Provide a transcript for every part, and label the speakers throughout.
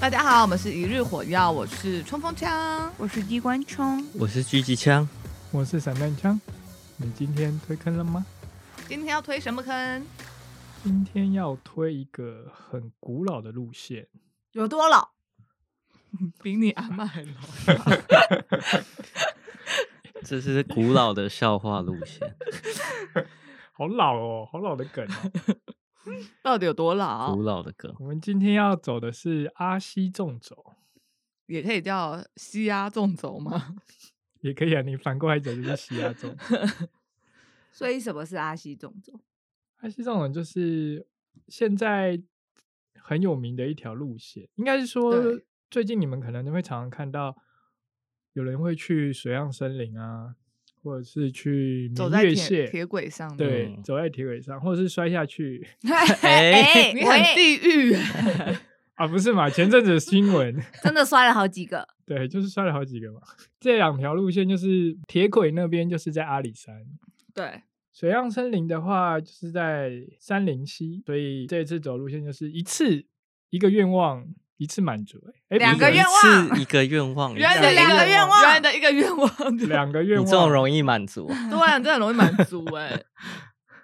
Speaker 1: 大家好，我们是一日火药，我是冲锋枪。
Speaker 2: 我是机关枪，
Speaker 3: 我是狙击枪，
Speaker 4: 我是散弹枪。你今天推坑了吗？
Speaker 1: 今天要推什么坑？
Speaker 4: 今天要推一个很古老的路线，
Speaker 1: 有多老？ 比你阿妈还老。
Speaker 3: 这是古老的笑话路线，
Speaker 4: 好老哦，好老的梗哦。
Speaker 1: 到底有多老
Speaker 3: 古？老的梗。
Speaker 4: 我们今天要走的是阿西纵走，
Speaker 1: 也可以叫西压纵轴吗？
Speaker 4: 也可以啊，你反过来走就是西亚 纵。
Speaker 2: 所以什么是阿西纵走？
Speaker 4: 阿西纵走就是现在很有名的一条路线，应该是说
Speaker 1: 对
Speaker 4: 最近你们可能会常常看到有人会去水漾森林啊，或者是去
Speaker 1: 走
Speaker 4: 明
Speaker 1: 在
Speaker 4: 月
Speaker 1: 铁铁
Speaker 4: 蟹，
Speaker 1: 轨上，
Speaker 4: 对，
Speaker 3: 嗯
Speaker 4: 走在铁轨上，或者是摔下去。
Speaker 3: 哎
Speaker 1: 你很
Speaker 2: 喂
Speaker 1: 地狱。
Speaker 4: 啊，不是嘛？前阵子的新闻，
Speaker 2: 真的摔了好几个。
Speaker 4: 对，就是摔了好几个嘛。这两条路线就是铁轨那边就是在阿里山，
Speaker 1: 对，
Speaker 4: 水漾森林的话就是在山林溪，所以这次走路线就是一次一个愿望，一次满足、欸。哎、
Speaker 2: 两
Speaker 4: 不
Speaker 2: 个
Speaker 4: 是
Speaker 2: 愿望
Speaker 3: 是一个愿望，
Speaker 1: 原来的
Speaker 3: 一
Speaker 1: 一
Speaker 3: 个
Speaker 2: 两个
Speaker 1: 个
Speaker 2: 愿望
Speaker 1: 原来的一个愿望。
Speaker 4: 两个愿
Speaker 3: 你这种
Speaker 4: 望，
Speaker 3: 容易满足，
Speaker 1: 对啊，你真的很容易满足哎、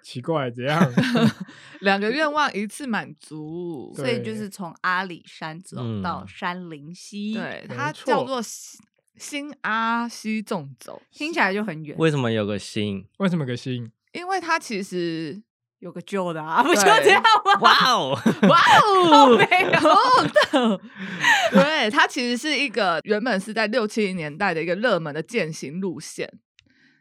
Speaker 4: 奇怪，怎样？
Speaker 1: 两个愿望一次满足。
Speaker 4: 对
Speaker 2: 所以就是从阿里山走到
Speaker 3: 嗯
Speaker 2: 山林溪，
Speaker 1: 对，
Speaker 4: 没
Speaker 1: 它
Speaker 4: 错
Speaker 1: 叫做新新阿西纵走，
Speaker 2: 听起来就很远。
Speaker 3: 为什么有个心？
Speaker 4: 为什么个心？
Speaker 1: 因为它其实
Speaker 2: 有个旧的啊，不就
Speaker 1: 对
Speaker 2: 这样吗？
Speaker 3: 哇哦，
Speaker 1: 哇
Speaker 2: 好
Speaker 1: 哦，
Speaker 2: 没有，
Speaker 1: 的，对，它其实是一个原本是在六七零年代的一个热门的践行路线，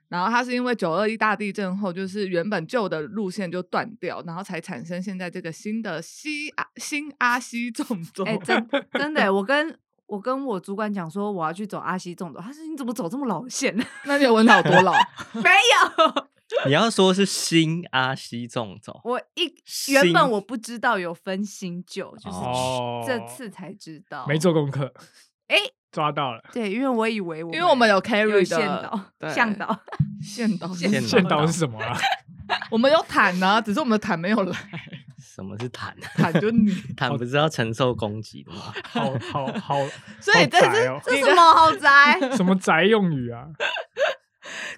Speaker 1: 然后它是因为九二一大地震后，就是原本旧的路线就断掉，然后才产生现在这个新的西阿新阿西纵走。
Speaker 2: 哎、真真的、我跟我跟我主管讲说我要去走阿西纵走，他说你怎么走这么老的线？
Speaker 1: 那你有问他有多老？
Speaker 2: 没有，
Speaker 3: 你要说是啊新阿西纵走，
Speaker 2: 我一原本
Speaker 3: 新
Speaker 2: 我不知道有分新旧，就是
Speaker 4: 哦
Speaker 2: 这次才知道。
Speaker 4: 没做功课，
Speaker 2: 哎
Speaker 4: 抓到了，
Speaker 2: 对，因为我以为 我
Speaker 1: 因为我们有 carry
Speaker 2: 有
Speaker 1: 的
Speaker 2: 向导，
Speaker 1: 对
Speaker 2: 向导，
Speaker 1: 线导
Speaker 2: 线
Speaker 3: 线
Speaker 4: 线导是什么啊？
Speaker 1: 我们有毯呢、只是我们的毯没有来，
Speaker 3: 什么是坦？
Speaker 1: 毯就你。
Speaker 3: 坦不是要承受攻击的吗？
Speaker 4: 好好 好，
Speaker 1: 所以
Speaker 4: 好
Speaker 1: 这是
Speaker 4: 宅哦
Speaker 2: 这什么豪宅？
Speaker 4: 什么宅用语啊？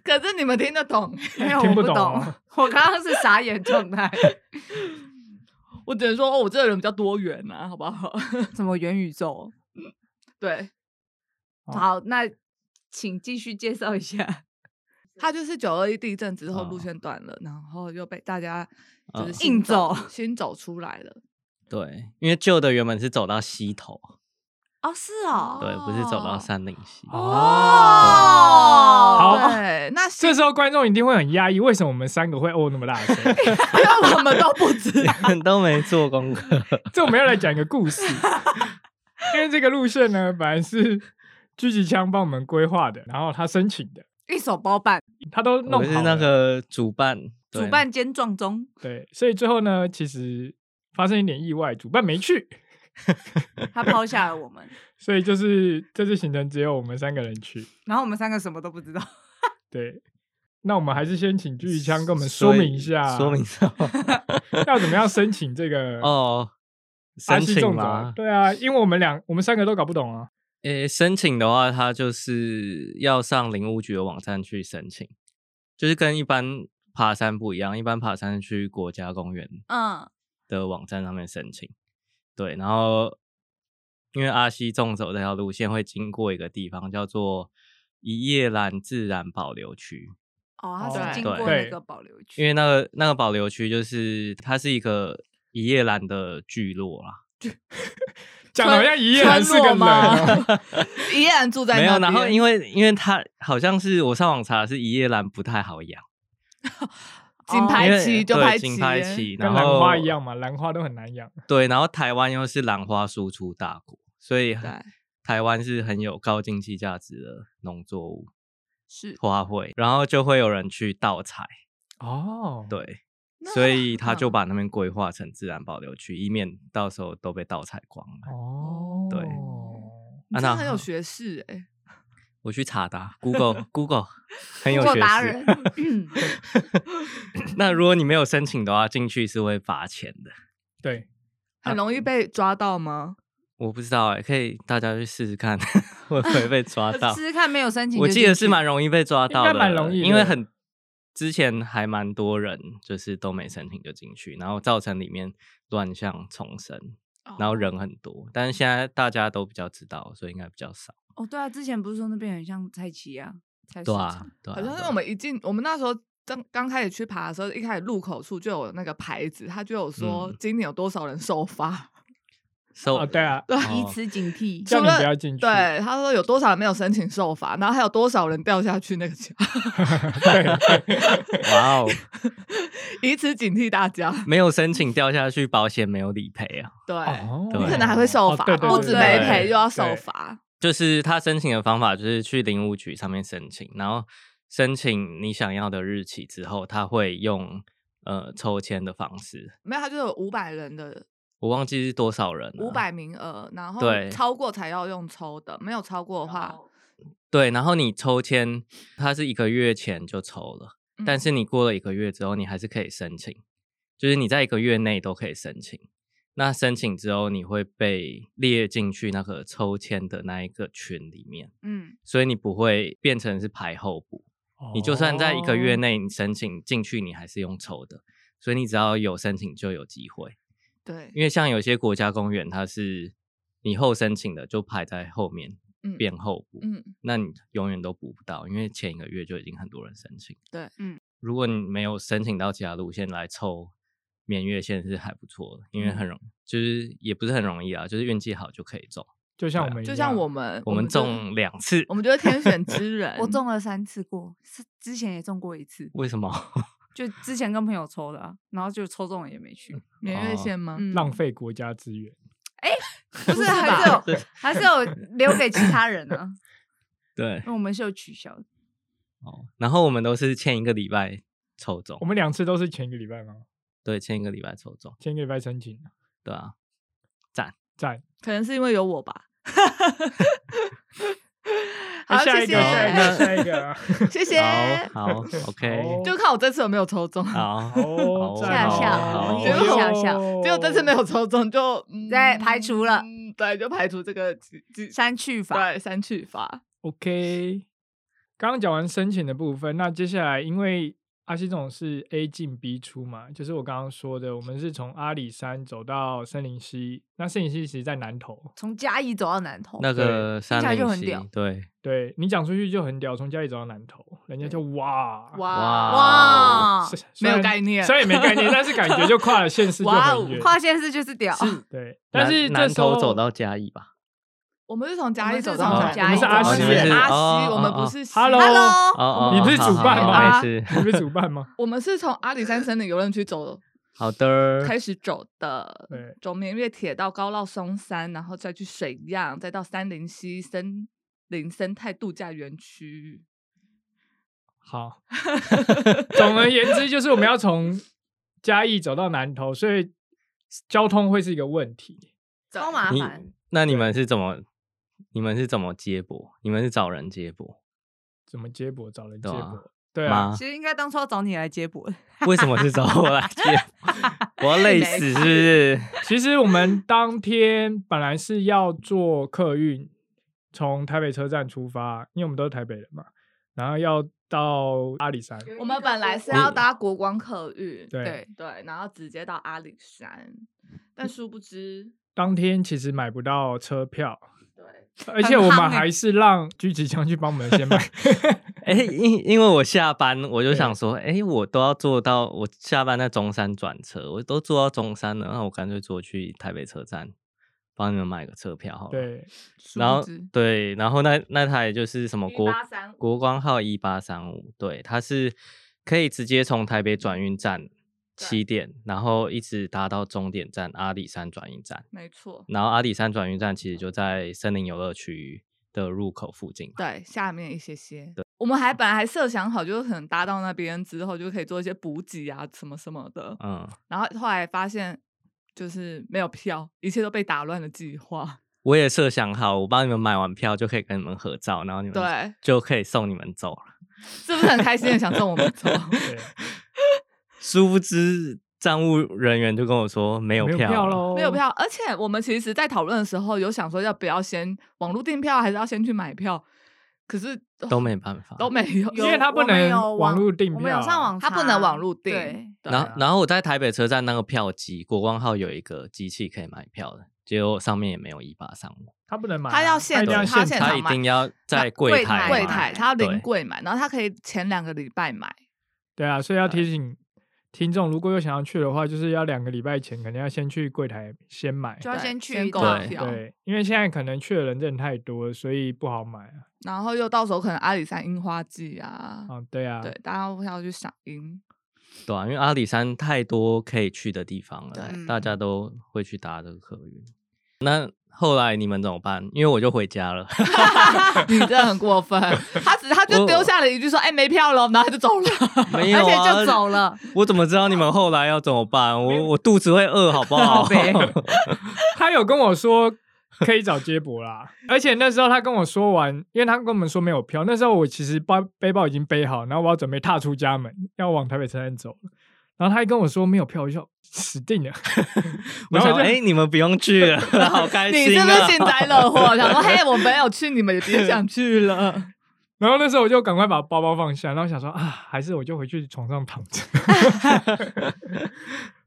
Speaker 1: 可是你们听得懂？
Speaker 2: 没有，
Speaker 4: 听
Speaker 2: 我
Speaker 4: 不
Speaker 2: 不
Speaker 4: 懂
Speaker 2: 懂
Speaker 4: 哦。
Speaker 2: 我刚刚是傻眼状态，
Speaker 1: 我只能说，哦，我这个人比较多元啊，好不好？
Speaker 2: 什么元宇宙？
Speaker 1: 对，
Speaker 4: 哦
Speaker 2: 好，那请继续介绍一下
Speaker 1: 它就是九二一地震之后路
Speaker 3: 哦
Speaker 1: 线断了，然后又被大家就是
Speaker 3: 嗯
Speaker 1: 新
Speaker 2: 硬走
Speaker 1: 新走出来了。
Speaker 3: 对，因为旧的原本是走到溪头，
Speaker 2: 哦，是
Speaker 1: 哦
Speaker 2: 哦，
Speaker 3: 对，不是走到山岭溪。，
Speaker 2: 哦
Speaker 4: 好
Speaker 1: 对，那是
Speaker 4: 这时候观众一定会很压抑，为什么我们三个会哦那么大声？
Speaker 1: 因为我们都不知道
Speaker 3: 都没做功课，
Speaker 4: 这我们要来讲一个故事，因为这个路线呢，本来是狙击枪帮我们规划的，然后他申请的，
Speaker 2: 一手包办，
Speaker 4: 他都弄
Speaker 3: 我是
Speaker 4: 好了
Speaker 3: 那个主办，对
Speaker 2: 主办兼撞钟，
Speaker 4: 对，所以最后呢，其实发生一点意外，主办没去，
Speaker 2: 他抛下了我们，
Speaker 4: 所以就是这次行程只有我们三个人去。
Speaker 2: 然后我们三个什么都不知道。
Speaker 4: 对，那我们还是先请狙击枪跟我们说明一下，
Speaker 3: 所
Speaker 4: 啊
Speaker 3: 以说明什么？
Speaker 4: 要怎么样申请这个
Speaker 3: 哦，
Speaker 4: 巴
Speaker 3: 申
Speaker 4: 西
Speaker 3: 请
Speaker 4: 纵
Speaker 3: 吗
Speaker 4: 走？？对啊，因为我们两我们三个都搞不懂啊。
Speaker 3: 诶，申请的话，它就是要上林务局的网站去申请，就是跟一般爬山不一样，一般爬山是去国家公园
Speaker 2: 嗯，
Speaker 3: 的网站上面申请。对，然后因为阿西纵走这条路线会经过一个地方叫做一叶兰自然保留区，
Speaker 2: 哦， 他
Speaker 4: 哦
Speaker 2: 是经过
Speaker 4: 对
Speaker 2: 那个保留区，
Speaker 3: 因为那个那个保留区就是它是一个一叶兰的聚落啦，
Speaker 4: 讲的好像一夜
Speaker 1: 村
Speaker 4: 还是
Speaker 1: 落
Speaker 4: 个 人哦、
Speaker 1: 吗？依然住在
Speaker 3: 没有。然后因
Speaker 1: 为
Speaker 3: 为因为它好像是我上网查是一叶兰不太好养。
Speaker 1: 紧
Speaker 3: 哦因
Speaker 1: 拍
Speaker 3: 为
Speaker 1: 期就
Speaker 3: 对
Speaker 1: 拍期，
Speaker 3: 竞拍期，
Speaker 4: 跟
Speaker 3: 然
Speaker 4: 兰
Speaker 3: 后
Speaker 4: 花一样嘛，兰花都很难养。
Speaker 3: 对，然后台湾又是兰花输出大国，所以
Speaker 1: 对
Speaker 3: 台湾是很有高经济价值的农作物
Speaker 2: 是
Speaker 3: 花卉，然后就会有人去盗采，
Speaker 4: 哦，
Speaker 3: 对，
Speaker 1: 那
Speaker 3: 所以他就
Speaker 1: 嗯
Speaker 3: 把那边规划成自然保留区，以免到时候都被盗采光了。
Speaker 4: 哦，
Speaker 3: 对
Speaker 1: 你
Speaker 3: 啊
Speaker 1: 真的
Speaker 3: 那
Speaker 1: 很有学识哎、
Speaker 3: 我去查的啊，Google Google 很有
Speaker 2: 做
Speaker 3: 学
Speaker 2: 达
Speaker 3: 识
Speaker 2: 人。。嗯
Speaker 3: 那如果你没有申请的话，进去是会罚钱的。
Speaker 4: 对，
Speaker 3: 嗯
Speaker 1: 很容易被抓到吗？
Speaker 3: 我不知道哎、可以大家去试试看， 会不会被抓到？
Speaker 2: 呃试试看没有申请
Speaker 3: 我
Speaker 2: 就
Speaker 3: 记
Speaker 2: 进
Speaker 3: 得是
Speaker 2: 去
Speaker 3: 蛮容易被抓
Speaker 4: 应
Speaker 3: 到
Speaker 4: 该
Speaker 3: 的，
Speaker 4: 蛮容易
Speaker 3: 因为
Speaker 4: 的
Speaker 3: 很之前还蛮多人就是都没申请就进去，然后造成里面乱象丛生，然
Speaker 2: 哦
Speaker 3: 后人很多。但是现在大家都比较知道，所以应该比较少。
Speaker 2: 哦，对啊，之前不是说那边很像菜奇啊，菜市
Speaker 3: 对
Speaker 2: 场
Speaker 3: 啊，，对啊，
Speaker 1: 好像是
Speaker 3: 对啊
Speaker 1: 我们一进，我们那时候刚刚开始去爬的时候，一开始入口处就有那个牌子，它就有说
Speaker 3: 嗯
Speaker 1: 今年有多少人首 发，
Speaker 3: 收、
Speaker 4: 哦，对 啊，
Speaker 3: 哦
Speaker 2: 以此警惕。
Speaker 4: 叫
Speaker 1: 除
Speaker 4: 你
Speaker 1: 了
Speaker 4: 不要进去。
Speaker 1: 对，他说有多少人没有申请受罚，然后还有多少人掉下去那个桥，
Speaker 3: 哇哦，
Speaker 1: 以此警惕大家。
Speaker 3: 没有申请掉下去，保险没有理赔啊。
Speaker 1: 对，
Speaker 4: 哦，
Speaker 3: 对
Speaker 1: 你可能还会受
Speaker 4: 哦
Speaker 1: 罚，
Speaker 4: 对对
Speaker 1: 不
Speaker 4: 对
Speaker 1: 止
Speaker 4: 对
Speaker 1: 没
Speaker 3: 对
Speaker 1: 赔又要受
Speaker 4: 对
Speaker 1: 罚。
Speaker 3: 就是他申请的方法就是去林务局上面申请，然后申请你想要的日期之后，他会用呃抽签的方式，
Speaker 1: 没有，他就有五百人的
Speaker 3: 我忘记是多少
Speaker 4: 嗯
Speaker 3: 人了，
Speaker 1: 五百名额，
Speaker 4: 啊
Speaker 1: 然后
Speaker 3: 对
Speaker 1: 超过才要用抽的，没有超过的话，
Speaker 2: 哦
Speaker 3: 对，然后你抽签，它是一个月前就抽了，
Speaker 1: 嗯
Speaker 3: 但是你过了一个月之后，你还是可以申请，就是你在一个月内都可以申请。那申请之后，你会被列进去那个抽签的那一个群里面，
Speaker 1: 嗯，
Speaker 3: 所以你不会变成是排候补。你就算在一个月
Speaker 4: 哦
Speaker 3: 内你申请进去，你还是用抽的，所以你只要有申请就有机会。
Speaker 1: 对，
Speaker 3: 因为像有些国家公园，它是你后申请的就排在后面
Speaker 1: 嗯
Speaker 3: 变候补，
Speaker 1: 嗯
Speaker 3: 那你永远都补不到，因为前一个月就已经很多人申请。
Speaker 1: 对，
Speaker 2: 嗯，
Speaker 3: 如果你没有申请到其他路线来抽免月线是还不错的，因为
Speaker 1: 嗯
Speaker 3: 很容、就是也不是很容易啊，就是运气好就可以中。
Speaker 4: 就像我们一
Speaker 1: 啊
Speaker 4: 哦
Speaker 1: 就像
Speaker 4: 样
Speaker 1: 我们
Speaker 3: 我们
Speaker 1: 就是
Speaker 3: 中两次
Speaker 1: 我，们就是天选 之人，
Speaker 2: 我中了三次过，是之前也中过一次，
Speaker 3: 为什么？
Speaker 2: 就之前跟朋友抽的、啊，然后就抽中了也没去。
Speaker 1: 年月线吗？
Speaker 2: 嗯，
Speaker 4: 浪费国家资源。
Speaker 2: 不是
Speaker 1: 是
Speaker 2: 还
Speaker 1: 吧
Speaker 2: 是有还是有留给其他人啊，
Speaker 3: 对
Speaker 1: 嗯
Speaker 2: 因为我们是有取消的。
Speaker 3: 哦，然后我们都是前一个礼拜抽中
Speaker 4: 我，们两次都是前一个礼拜吗？
Speaker 3: 对，前一个礼拜抽中，
Speaker 4: 前一个礼拜申请的，
Speaker 3: 对啊，
Speaker 4: 赞。
Speaker 1: 可能是因为有我吧。 好，
Speaker 4: 哎下
Speaker 1: 谢
Speaker 4: 一个，下一个，
Speaker 1: 谢，
Speaker 4: 下一 个啊。
Speaker 1: 谢谢。
Speaker 3: 好好，OK，
Speaker 4: 好
Speaker 1: 就看我这次有没有抽中，
Speaker 3: 好，
Speaker 4: 哦，
Speaker 3: 好
Speaker 4: 赞
Speaker 2: 吓
Speaker 4: 哦
Speaker 2: 吓
Speaker 3: 好
Speaker 2: 我们
Speaker 1: 也是
Speaker 2: 吓吓
Speaker 1: 结果这次没有抽中，就嗯
Speaker 2: 对排除了
Speaker 1: 嗯对，就排除这个几几
Speaker 2: 删去法，
Speaker 1: 对删去法。
Speaker 4: OK，刚刚讲完申请的部分，那接下来因为阿西总是 A 进 B 出嘛，就是我刚刚说的，我们是从阿里山走到森林溪，那森林溪其实在南投，
Speaker 2: 从嘉义走到南投，
Speaker 3: 那个
Speaker 2: 听
Speaker 3: 三
Speaker 2: 起来就
Speaker 3: 零
Speaker 2: 很
Speaker 3: 七
Speaker 2: 屌，
Speaker 3: 对，
Speaker 4: 对你讲出去就很屌，从家里走到南投，人家就哇
Speaker 1: 哇
Speaker 3: 哇
Speaker 2: 哇，哦
Speaker 4: 虽
Speaker 1: 没
Speaker 4: 虽
Speaker 1: 有
Speaker 4: 然
Speaker 1: 概念
Speaker 4: 虽然也没概念，但是感觉就跨了县市就
Speaker 1: 哇哦
Speaker 4: 很远，
Speaker 2: 跨县市就是屌，
Speaker 4: 对，但
Speaker 3: 南
Speaker 4: 是这
Speaker 3: 南
Speaker 4: 时
Speaker 3: 投
Speaker 4: 候
Speaker 3: 走到嘉义吧。
Speaker 1: 我们是从嘉
Speaker 2: 我
Speaker 1: 义
Speaker 2: 们是
Speaker 1: 走
Speaker 2: 从
Speaker 1: 到
Speaker 2: 嘉义
Speaker 1: 走到
Speaker 4: 我们是
Speaker 1: 嘉
Speaker 4: 阿西
Speaker 1: 义阿
Speaker 3: 哦
Speaker 1: 西，我们
Speaker 3: 哦哦
Speaker 1: 不是西
Speaker 4: Hello
Speaker 2: Hello
Speaker 3: 哦哦，
Speaker 4: 你不是
Speaker 3: 好
Speaker 4: 主
Speaker 3: 好
Speaker 4: 办
Speaker 3: 好
Speaker 4: 吗
Speaker 1: 啊
Speaker 3: 没事，
Speaker 4: 你不是主办吗？
Speaker 1: 我们是从阿里山森林游乐区走
Speaker 3: 好 的，
Speaker 1: 开始走的
Speaker 4: 对，
Speaker 1: 走明月铁道高绕松山，然后再去水漾，再到三林溪森林生态度假园区。
Speaker 4: 好， 总而言之，就是我们要从嘉义走到南投，所以交通会是一个问题。
Speaker 2: 超麻
Speaker 3: 你
Speaker 2: 烦。
Speaker 3: 那你们是怎么？你们是怎么接驳？你们是找人接驳？
Speaker 4: 怎么接驳？找人接
Speaker 3: 对啊
Speaker 4: 驳？对啊
Speaker 3: 吗，
Speaker 2: 其实应该当初要找你来接驳的，
Speaker 3: 为什么是找我来接 驳？我要累死是不是？
Speaker 4: 其实我们当天本来是要坐客运，从台北车站出发，因为我们都是台北人嘛，然后要到阿里山。
Speaker 1: 我们本来是
Speaker 3: 你
Speaker 1: 要搭国光客运，
Speaker 4: 对
Speaker 1: 对，然后直接到阿里山，但殊不知，
Speaker 4: 当天其实买不到车票，
Speaker 1: 对，
Speaker 4: 而且我
Speaker 2: 很夯欸
Speaker 4: 们还是让狙击枪去帮我 们先买。
Speaker 3: 哎、因因为我下班我就想说，哎、我都要坐到我下班在中山转车，我都坐到中山了，那我干脆坐去台北车站帮你们买个车票好了。，
Speaker 4: 对，
Speaker 1: 殊
Speaker 3: 然
Speaker 1: 不
Speaker 3: 后
Speaker 1: 知
Speaker 3: 对，然后那那台就是什么国
Speaker 1: 1835
Speaker 3: 国光号一八三五，对，它是可以直接从台北转运站起点，然后一直搭到终点站阿里山转运站，
Speaker 1: 没错，
Speaker 3: 然后阿里山转运站其实就在森林游乐区的入口附近。
Speaker 1: 对，下面一些些，对，我们
Speaker 3: 嗯
Speaker 1: 还本来还设想好，就是可能搭到那边之后就可以做一些补给啊，什么什么的，
Speaker 3: 嗯，
Speaker 1: 然后后来发现就是没有票，一切都被打乱了计划。
Speaker 3: 我也设想好，我帮你们买完票就可以跟你们合照，然后你们
Speaker 1: 对
Speaker 3: 就可以送你们走了。
Speaker 1: 是不是很开心的想送我们走？
Speaker 4: 对，
Speaker 3: 殊不知站务人员就跟我说没有
Speaker 4: 没有
Speaker 3: 票
Speaker 4: 票
Speaker 3: 了，
Speaker 4: 喽，
Speaker 1: 没有票，而且我们其实，在讨论的时候有想说要不要先网络订票，还是要先去买票，可是
Speaker 3: 都没办 法。
Speaker 1: 都没有，
Speaker 4: 因为他不
Speaker 2: 我们
Speaker 4: 能
Speaker 2: 有
Speaker 4: 网络订
Speaker 2: 我们有
Speaker 4: 票啊
Speaker 2: 上网查，
Speaker 1: 他不能网络订
Speaker 2: 对，
Speaker 1: 对
Speaker 3: 然后，然后我在台北车站那个票机，国光号有一个机器可以买票的，结果上面也没有一八三五，
Speaker 4: 他不能买啊，
Speaker 1: 他要
Speaker 4: 现
Speaker 1: 现
Speaker 4: 场
Speaker 1: 场他现
Speaker 3: 他
Speaker 1: 场
Speaker 3: 一
Speaker 1: 买
Speaker 3: 定要在柜台
Speaker 1: 柜台
Speaker 2: 柜台，
Speaker 3: 买
Speaker 1: 他要
Speaker 3: 对
Speaker 1: 临柜买，然后他可以前两个礼拜买，
Speaker 4: 对啊，所以要提醒听众，如果有想要去的话，就是要两个礼拜前肯定要先去柜台先买。
Speaker 2: 就要
Speaker 1: 对
Speaker 2: 先去
Speaker 1: 先
Speaker 2: 一
Speaker 1: 购
Speaker 2: 趟
Speaker 1: 买票，
Speaker 4: 对，因为现在可能去的人真的太多了，所以不好买啊。
Speaker 1: 然后又到时候可能阿里山樱花季啊，
Speaker 4: 啊，对啊，
Speaker 1: 对，大家要去赏樱，
Speaker 3: 对啊，因为阿里山太多可以去的地方了，
Speaker 1: 嗯
Speaker 2: 对
Speaker 3: 大家都会去搭这个客运。那后来你们怎么办？因为我就回家了，
Speaker 1: 你真的很过分，他只他就丢下了一句说，哎，没票了，然后他就走了，
Speaker 3: 没有、啊，
Speaker 2: 而且就走了。
Speaker 3: 我怎么知道你们后来要怎么办？我我肚子会饿，好不好？
Speaker 4: 他有跟我说可以找接驳啦，而且那时候他跟我说完，因为他跟我们说没有票，那时候我其实包背包已经背好，然后我要准备踏出家门，要往台北车站走了然后他还跟我说没有票，我就想死定了。
Speaker 3: 我
Speaker 4: 然后
Speaker 3: 想，
Speaker 4: 我就
Speaker 3: 哎、你们不用去了，好开
Speaker 1: 你
Speaker 3: 心
Speaker 1: 是
Speaker 3: 啊！
Speaker 1: 不是幸灾乐祸？想说，嘿，我没有去，你们也别想去了。
Speaker 4: 然后那时候我就赶快把包包放下，然后想说啊，还是我就回去床上躺着。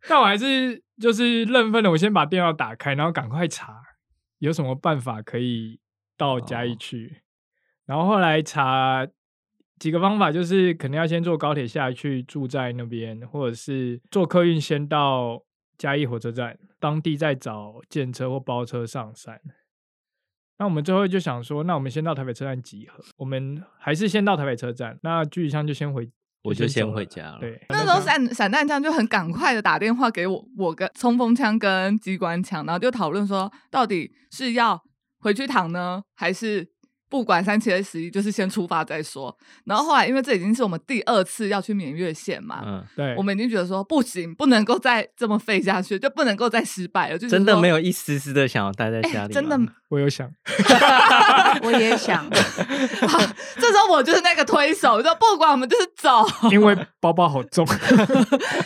Speaker 4: 但我还是就是认份的，我先把电脑打开，然后赶快查有什么办法可
Speaker 3: 哦
Speaker 4: 以到嘉义去。然后后来查几个方法，就是可能要先坐高铁下去住在那边，或者是坐客运先到嘉义火车站，当地再找建车或包车上山。那我们最后就想说，那我们先到台北车站集合，我们还是先到台北车站。那聚一箱就先回，
Speaker 3: 我就先
Speaker 4: 走
Speaker 3: 回家了
Speaker 4: 对，
Speaker 1: 那时候散散弹枪就很赶快的打电话给我，我跟冲锋枪跟机关枪，然后就讨论说，到底是要回去躺呢，还是不管三七二十一，就是先出发再说。然后后来，因为这已经是我们第二次要去绵月线嘛，
Speaker 3: 嗯，
Speaker 4: 对，
Speaker 1: 我们已经觉得说不行，不能够再这么废下去，就不能够再失败了。就是
Speaker 3: 真的
Speaker 1: 说
Speaker 3: 没有一丝丝的想要待在家里吗、
Speaker 1: 真的
Speaker 4: 我有想，
Speaker 2: 我也 想，
Speaker 1: 这时候我就是那个推手，就不管我们就是走。
Speaker 4: 因为包包好重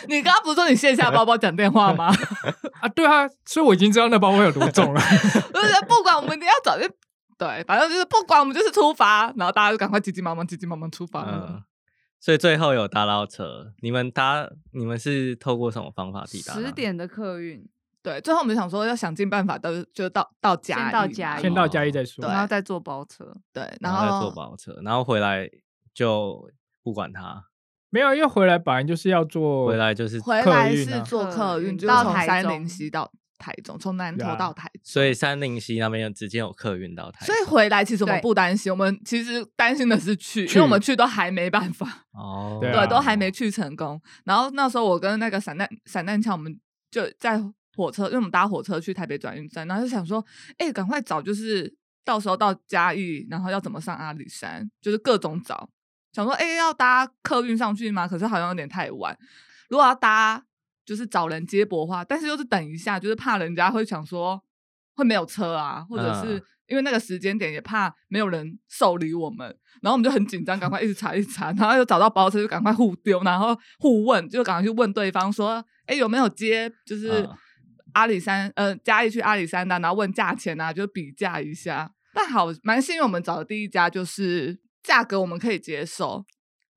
Speaker 1: 你刚刚不是说你卸下包包讲电话吗？
Speaker 4: 啊，对啊，所以我已经知道那包包有多重了。
Speaker 1: 我就觉得不管我们一定要早就对，反正就是不管我们就是出发，然后大家就赶快急急忙忙、急急忙忙出发。
Speaker 3: 嗯，所以最后有搭到车。你们搭，你们是透过什么方法抵达？啊
Speaker 4: 啊
Speaker 2: 十。点的客运，
Speaker 1: 对，最后我们就想说要想尽办法到就到到家，
Speaker 2: 先到嘉义
Speaker 4: 先到嘉义再说
Speaker 1: 对，
Speaker 2: 然后再坐包车，
Speaker 1: 对，
Speaker 3: 然后再坐包车，然后回来就不管它，
Speaker 4: 没有，因为回来本来就是要做，
Speaker 3: 回来就是，
Speaker 1: 回来
Speaker 4: 客运
Speaker 1: 是
Speaker 4: 啊
Speaker 1: 坐客
Speaker 2: 客
Speaker 1: 运，
Speaker 2: 运
Speaker 1: 就是
Speaker 2: 嗯到
Speaker 1: 从
Speaker 2: 台
Speaker 1: 三
Speaker 2: 中
Speaker 1: 林溪到台中，从南
Speaker 4: 对
Speaker 1: 头
Speaker 4: 啊
Speaker 1: 到台中。
Speaker 3: 所以三零七那边有直接有客运到台
Speaker 1: 所
Speaker 3: 中，
Speaker 1: 以回来其实我们
Speaker 2: 对
Speaker 1: 不担心，我们其实担心的是去，因
Speaker 4: 去
Speaker 1: 为我们去都还没办法，
Speaker 3: 哦，
Speaker 4: 对啊
Speaker 1: 对，都还没去成功。然后那时候我跟那个散弹散弹枪，我们就在火车，因为我们搭火车去台北转运站，然后就想说，哎、赶快找，就是到时候到嘉义，然后要怎么上阿里山，就是各种找，想说，哎、要搭客运上去吗？可是好像有点太晚，如果要搭，就是找人接驳的话，但是又是等一下，就是怕人家会想说会没有车啊，或者是
Speaker 3: 嗯
Speaker 1: 因为那个时间点也怕没有人受理我们，然后我们就很紧张，赶快一直查一直查，然后又找到包车就赶快互丢，然后互问，就赶快去问对方说，哎、有没有接就是
Speaker 3: 嗯
Speaker 1: 阿里山呃嘉义去阿里山的、然后问价钱啊，就比价一下。但好蛮幸运，我们找的第一家就是价格我们可以接受，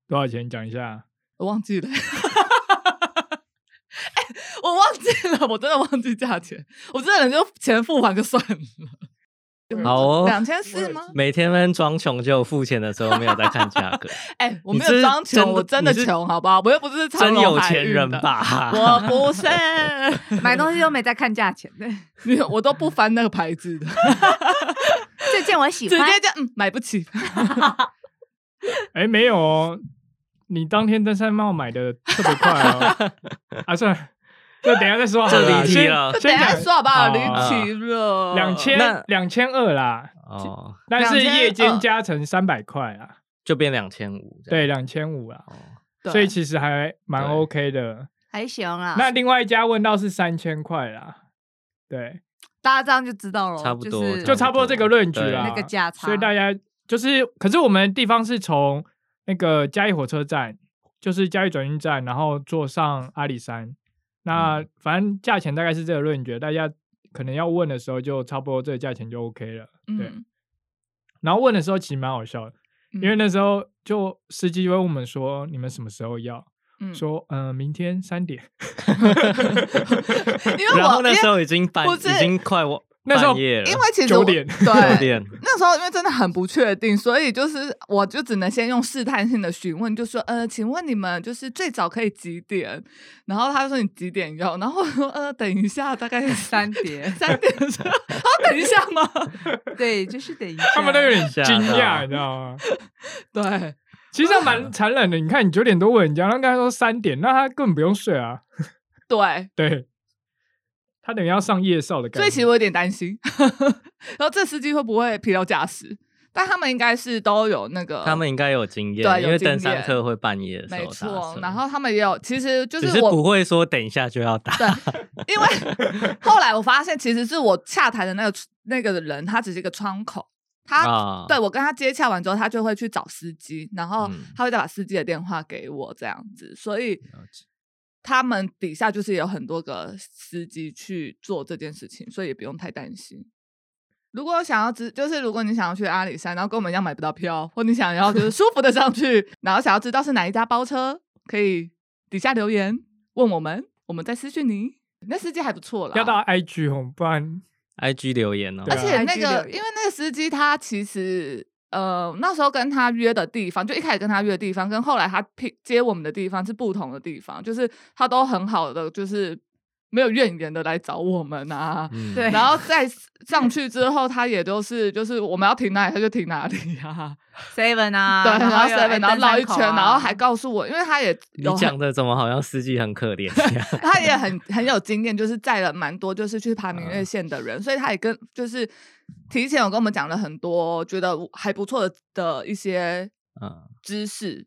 Speaker 4: 多少钱讲一下？
Speaker 1: 我忘记了。 哎我忘记了，我真的忘记价钱，我这个人就钱付完就算了，
Speaker 3: 好哦。
Speaker 1: 两千四吗？
Speaker 3: 每天们装穷，只有付钱的时候没有在看价格，
Speaker 1: 哎、 我没
Speaker 3: 你
Speaker 1: 有
Speaker 3: 是
Speaker 1: 装穷，
Speaker 3: 真的
Speaker 1: 我真的
Speaker 3: 你是
Speaker 1: 穷，好不好？我又不是长
Speaker 3: 真
Speaker 1: 荣
Speaker 3: 有
Speaker 1: 海
Speaker 3: 钱
Speaker 1: 运
Speaker 3: 人
Speaker 1: 的，
Speaker 3: 吧？
Speaker 1: 我不是，
Speaker 2: 买东西都没在看价钱， 对，
Speaker 1: 你我都不翻那个牌子的，
Speaker 2: 这件我喜
Speaker 1: 直
Speaker 2: 欢，
Speaker 1: 接就嗯买不起。
Speaker 4: 哎，没有哦，你当天登山帽买的特别快 哦。啊，算了，就等一下再说好
Speaker 3: 这
Speaker 4: 了。
Speaker 3: 离题
Speaker 4: 先
Speaker 3: 了
Speaker 1: 就等
Speaker 4: 先
Speaker 1: 一下
Speaker 4: 讲
Speaker 1: 说好不好？
Speaker 4: 哦
Speaker 1: 离奇了，
Speaker 4: 两
Speaker 3: 那
Speaker 4: 千两千二啦，
Speaker 3: 哦，
Speaker 4: 但是
Speaker 1: 2200
Speaker 4: 夜间加成三百块啦，
Speaker 3: 就变两千五。
Speaker 4: 对，两千五啦，
Speaker 3: 哦，
Speaker 1: 对啊
Speaker 4: 所以其实还蛮
Speaker 3: 对
Speaker 4: OK 的。
Speaker 2: 还行啊啦。
Speaker 4: 那另外一家问到是三千块啦，对，
Speaker 2: 大家这样就知道了，
Speaker 3: 哦差不
Speaker 1: 哦
Speaker 3: 多
Speaker 2: 是
Speaker 4: 就差不多这个 range
Speaker 3: 对
Speaker 1: 啊
Speaker 4: 啦，
Speaker 2: 那个价差，
Speaker 4: 所以大家就是，可是我们地方是从那个嘉义火车站，就是嘉义转运站，然后坐上阿里山，那反正价钱大概是这个论觉，大家可能要问的时候就差不多这个价钱就 OK 了。对，
Speaker 1: 嗯，
Speaker 4: 然后问的时候其实蛮好笑的，因为
Speaker 1: 嗯
Speaker 4: 那时候就司机会问我们说你们什么时候要，
Speaker 1: 嗯
Speaker 4: 说呃明天三点，
Speaker 1: 因为
Speaker 3: 然
Speaker 1: 我
Speaker 3: 后那
Speaker 1: 因为
Speaker 3: 时候已经半，
Speaker 1: 不是
Speaker 3: 已经快我
Speaker 4: 那时候
Speaker 3: 半夜了，
Speaker 1: 因为其实
Speaker 4: 九
Speaker 1: 我
Speaker 4: 点
Speaker 3: 九
Speaker 1: 对。哦
Speaker 3: 点，
Speaker 1: 那时候因为真的很不确定，所以就是我就只能先用试探性的询问，就说呃，请问你们就是最早可以几点？然后他就说你几点要？然后我说呃，等一下，大概
Speaker 2: 三 点，
Speaker 1: 三点的时候，啊，等一下吗？
Speaker 2: 对，就是等一下。
Speaker 4: 他们都有点惊
Speaker 3: 吓
Speaker 4: 讶，
Speaker 3: 到
Speaker 4: 你知道吗？
Speaker 1: 对，
Speaker 4: 其实这样蛮残忍的。你看，你九点多问人家，然后跟他说三点，那他根本不用睡啊。
Speaker 1: 对，
Speaker 4: 对，他等于要上夜哨的感觉。
Speaker 1: 所以其实我有点担心， 然后这司机会不会疲劳驾驶？但他们应该是都有那个，
Speaker 3: 他们应该有经验，
Speaker 1: 对有
Speaker 3: 因为
Speaker 1: 经
Speaker 3: 登山
Speaker 1: 验
Speaker 3: 客会半夜的时候
Speaker 1: 没
Speaker 3: 搭
Speaker 1: 错
Speaker 3: 车，
Speaker 1: 然后他们也有，其实就
Speaker 3: 只
Speaker 1: 是
Speaker 3: 是
Speaker 1: 我
Speaker 3: 不会说等一下就要打，
Speaker 1: 对，因 为后来我发现，其实是我洽谈的那个那个人，他只是一个窗口。他、
Speaker 3: 啊
Speaker 1: 对我跟他接洽完之后，他就会去找司机，然后
Speaker 3: 嗯
Speaker 1: 他会再把司机的电话给我这样子。所以
Speaker 3: 了解
Speaker 1: 他们底下就是有很多个司机去做这件事情，所以也不用太担心。如果想要知，就是如果你想要去阿里山，然后跟我们一样买不到票，或你想要就是舒服的上去，然后想要知道是哪一家包车，可以底下留言问我们，我们再私讯你。那司机还不错啦，
Speaker 4: 要到 IG 哦，不然
Speaker 3: IG 留言哦，
Speaker 4: 对
Speaker 1: 而
Speaker 4: 啊
Speaker 1: 且那
Speaker 2: IG
Speaker 1: 个，
Speaker 2: 留言
Speaker 1: 因为那个司机他其实呃那时候跟他约的地方，就一开始跟他约的地方，跟后来他 pick 接我们的地方是不同的地方，就是他都很好的，就是没有怨言的来找我们啊。
Speaker 3: 嗯
Speaker 2: 对
Speaker 1: 然后再上去之后，他也都、是就是我们要停哪里他就停哪里啊，
Speaker 2: seven 啊，
Speaker 1: 对，然后
Speaker 2: 有
Speaker 1: seven，然后
Speaker 2: 登山
Speaker 1: 绕一
Speaker 2: 口
Speaker 1: 圈，
Speaker 2: 啊
Speaker 1: 然后还告诉我，因为他也
Speaker 3: 你
Speaker 1: 有很
Speaker 3: 讲的怎么好像司机很可怜一样？
Speaker 1: 他也很很有经验，就是载了蛮多就是去爬明月线的人，所以他也跟就是提前有跟我们讲了很多觉得还不错的的一些
Speaker 3: 嗯，
Speaker 1: 知识，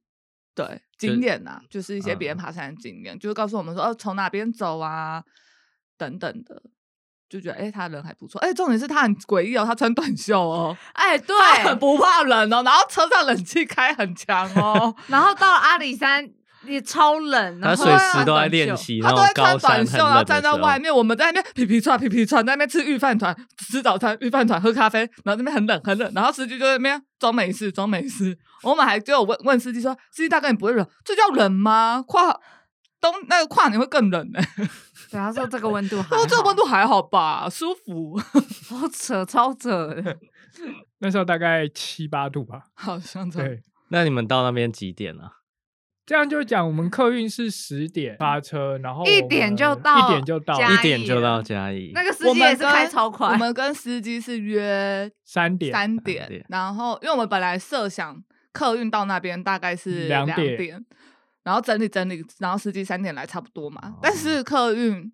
Speaker 1: 对
Speaker 3: 就
Speaker 1: 经验呐、啊，就是一些别人
Speaker 3: 嗯
Speaker 1: 爬山的经验，就是告诉我们说哦从哪边走啊等等的，就觉得哎、诶他人还不错，哎、重点是他很诡异哦，他穿短袖哦，
Speaker 2: 哎，对，。
Speaker 1: 他很不怕冷哦，然后车上冷气开很强哦
Speaker 2: 然后到了阿里山也超冷，
Speaker 3: 他
Speaker 2: 然后
Speaker 3: 随
Speaker 1: 啊
Speaker 3: 时都在
Speaker 2: 短
Speaker 3: 练
Speaker 2: 袖
Speaker 3: 习那
Speaker 1: 他都
Speaker 3: 种
Speaker 1: 会穿
Speaker 3: 高山
Speaker 1: 短袖，
Speaker 3: 很
Speaker 1: 然后
Speaker 3: 冷的
Speaker 1: 站
Speaker 3: 时
Speaker 1: 在
Speaker 3: 候，
Speaker 1: 外面，我们在那边皮皮串皮皮串，在那边吃御饭团，吃早餐御饭团，喝咖啡，然后那边很冷很冷，然后司机就在那边装没事装没事， 我们还就有问问司机说，司机大哥你不会冷，这叫冷吗？跨冬那个跨年会更冷呢、
Speaker 2: 对，他说这个温度还
Speaker 1: 他
Speaker 2: 好，
Speaker 1: 哦说这个温度还好吧，舒服，
Speaker 2: 好扯，超扯的，
Speaker 4: 那时候大概七八度吧。
Speaker 1: 好像这样。
Speaker 4: 对，
Speaker 3: 那你们到那边几点啊？
Speaker 4: 这样就讲我们客运是十点发车，然后
Speaker 2: 一
Speaker 4: 我们
Speaker 2: 点就到
Speaker 4: 一点就到
Speaker 2: 家
Speaker 3: 一
Speaker 2: 嘉
Speaker 3: 点
Speaker 2: 义
Speaker 3: 就
Speaker 2: 耶
Speaker 3: 到嘉义，
Speaker 2: 那个司
Speaker 1: 我
Speaker 2: 机
Speaker 1: 们
Speaker 2: 也是开
Speaker 1: 跟
Speaker 2: 超快，
Speaker 1: 我们跟司机是约
Speaker 4: 三点。
Speaker 1: 三
Speaker 3: 点
Speaker 1: 点，然后因为我们本来设想客运到那边大概是
Speaker 4: 两点
Speaker 1: 点，然后整理整理，然后司机三点来差不多嘛。
Speaker 3: 哦
Speaker 1: 但是客运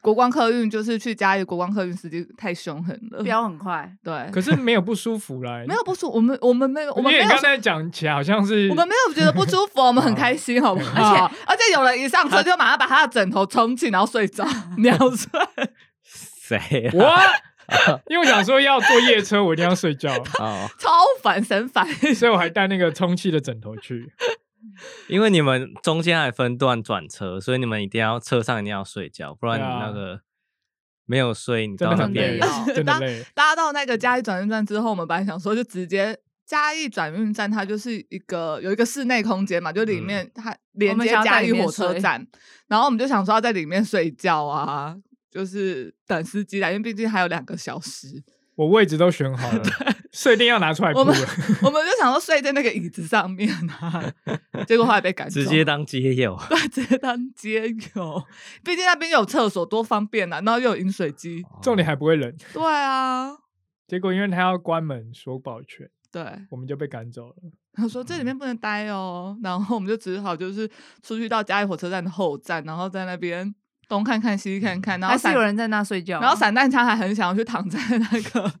Speaker 1: 国光客运就是去嘉义国光客运司机太凶狠了，
Speaker 2: 飙很快，
Speaker 1: 对，
Speaker 4: 可是没有不舒服啦，
Speaker 1: 没有，不舒服，我们我们没有我们没
Speaker 4: 因为
Speaker 1: 有
Speaker 4: 你刚才哦讲起来好像是
Speaker 1: 我们没有觉得不舒服，我们很开心，好不好？而且而且有人一上
Speaker 4: 啊
Speaker 1: 车就马上把他的枕头冲起，然后睡 着秒睡，
Speaker 3: 谁啊？
Speaker 4: 我，因为我想说要坐夜车，我一定要睡 觉，
Speaker 3: 哦，
Speaker 1: 超烦，神烦。
Speaker 4: 所以我还带那个充气的枕头去。
Speaker 3: 因为你们中间还分段转车，所以你们一定要车上一定要睡觉，不然你
Speaker 4: 对啊
Speaker 3: 那个没有睡，你
Speaker 4: 真
Speaker 3: 到
Speaker 4: 的
Speaker 3: 那
Speaker 4: 很
Speaker 3: 边
Speaker 4: 累啊
Speaker 2: 真的要，
Speaker 4: 真的
Speaker 1: 搭
Speaker 4: 累。
Speaker 1: 搭到那个嘉义转运站之后，我们本来想说就直接嘉义转运站，它就是一个有一个室内空间嘛，就里面它连
Speaker 2: 嗯我们
Speaker 1: 接
Speaker 2: 想要在
Speaker 1: 嘉
Speaker 2: 里
Speaker 1: 义
Speaker 2: 面
Speaker 1: 火车
Speaker 2: 睡
Speaker 1: 站，然后我们就想说要在里面睡觉啊，就是等司机来，因为毕竟还有两个小时，
Speaker 4: 我位置都选 好了，睡垫要拿出来铺
Speaker 1: 我们
Speaker 4: 了。
Speaker 1: 我们就想说睡在那个椅子上面啊，结果后来被赶走，
Speaker 3: 直接当街友。
Speaker 1: 对直接当街友，毕竟那边有厕所，多方便啊，然后又有饮水机，
Speaker 4: 重
Speaker 3: 哦
Speaker 4: 点还不会冷。
Speaker 1: 对啊，
Speaker 4: 结果因为他要关门说保全，
Speaker 1: 对。
Speaker 4: 我们就被赶走了。
Speaker 1: 他说这里
Speaker 2: 嗯
Speaker 1: 面不能待哦，然后我们就只好就是出去到嘉义火车站的后站，然后在那边东看看西看看，然后
Speaker 2: 嗯还是
Speaker 1: 散
Speaker 2: 有人在那睡觉啊，
Speaker 1: 然后散弹枪还很想要去躺在那个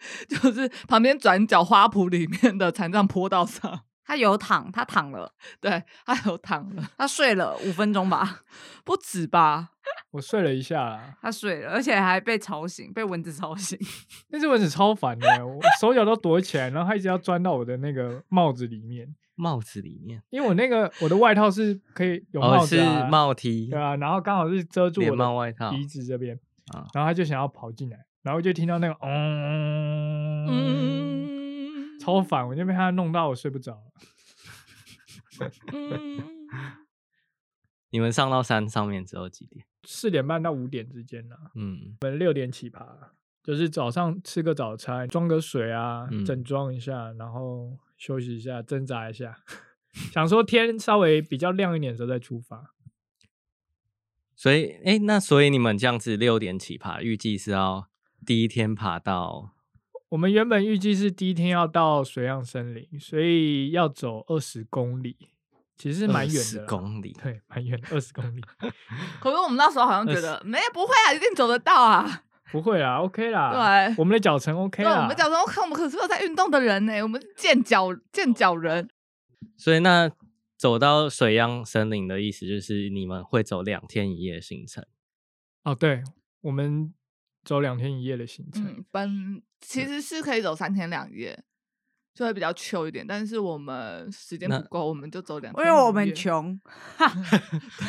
Speaker 1: 就是旁边转角花圃里面的残障坡道上，
Speaker 2: 他有躺，他躺了，
Speaker 1: 对，他有躺了
Speaker 2: 他睡了五分钟吧，
Speaker 1: 不止吧，
Speaker 4: 我睡了一下啊啦，
Speaker 2: 他睡了，而且还被吵醒，被蚊子吵醒。
Speaker 4: 那只蚊子超烦的，欸我手脚都躲起来，然后它一直要钻到我的那个帽子里面，
Speaker 3: 帽子里面
Speaker 4: 因为我那个我的外套是可以有帽
Speaker 3: 哦
Speaker 4: 子
Speaker 3: 是
Speaker 4: 啊、
Speaker 3: 帽 T
Speaker 4: 对啊，然后刚好是遮住
Speaker 3: 连
Speaker 4: 我
Speaker 3: 帽
Speaker 4: 的
Speaker 3: 外套
Speaker 4: 鼻子这边，
Speaker 3: 啊，
Speaker 4: 然后它就想要跑进来，然后就听到那个嗡，嗯，
Speaker 1: 嗯，
Speaker 4: 超烦，我就被它弄到我睡不着。
Speaker 1: 嗯，
Speaker 3: 你们上到山上面之后几点？
Speaker 4: 四点半到五点之间呢、啊
Speaker 3: 嗯，
Speaker 4: 就是早上吃个早餐，装个水啊，
Speaker 3: 嗯
Speaker 4: 整装一下，然后休息一下，挣扎一下， 想说天稍微比较亮一点的时候再出发。
Speaker 3: 所以哎、诶那所以你们这样子六点起爬，预计是要第一天爬到
Speaker 4: 我们原本预计是第一天要到水漾森林，所以要走二十公里，其实是蛮远的
Speaker 3: 20
Speaker 4: 啦，
Speaker 3: 公里，
Speaker 4: 对，蛮远，二十公里，
Speaker 1: 可是我们那时候好像
Speaker 2: 呃
Speaker 1: 觉得没不会啊，一定走得到啊。
Speaker 4: 不会啦，OK 啦，
Speaker 2: 啊
Speaker 1: 对啊
Speaker 4: 我们的脚程 OK
Speaker 1: 对，啊
Speaker 4: 啦，
Speaker 1: 我们讲说，看我们可是有在运动的人呢，我们健脚健脚人。
Speaker 3: 所以那走到水漾森林的意思就是你们会走两天一夜的行程。
Speaker 4: 哦，对，我们走两天一夜的行程，
Speaker 1: 嗯，本其实是可以走三天两夜，就会比较秋一点。但是我们时间
Speaker 3: 那
Speaker 1: 不够，我们就走两
Speaker 2: 因
Speaker 1: 天一
Speaker 2: 为
Speaker 1: 夜。
Speaker 2: 我们穷，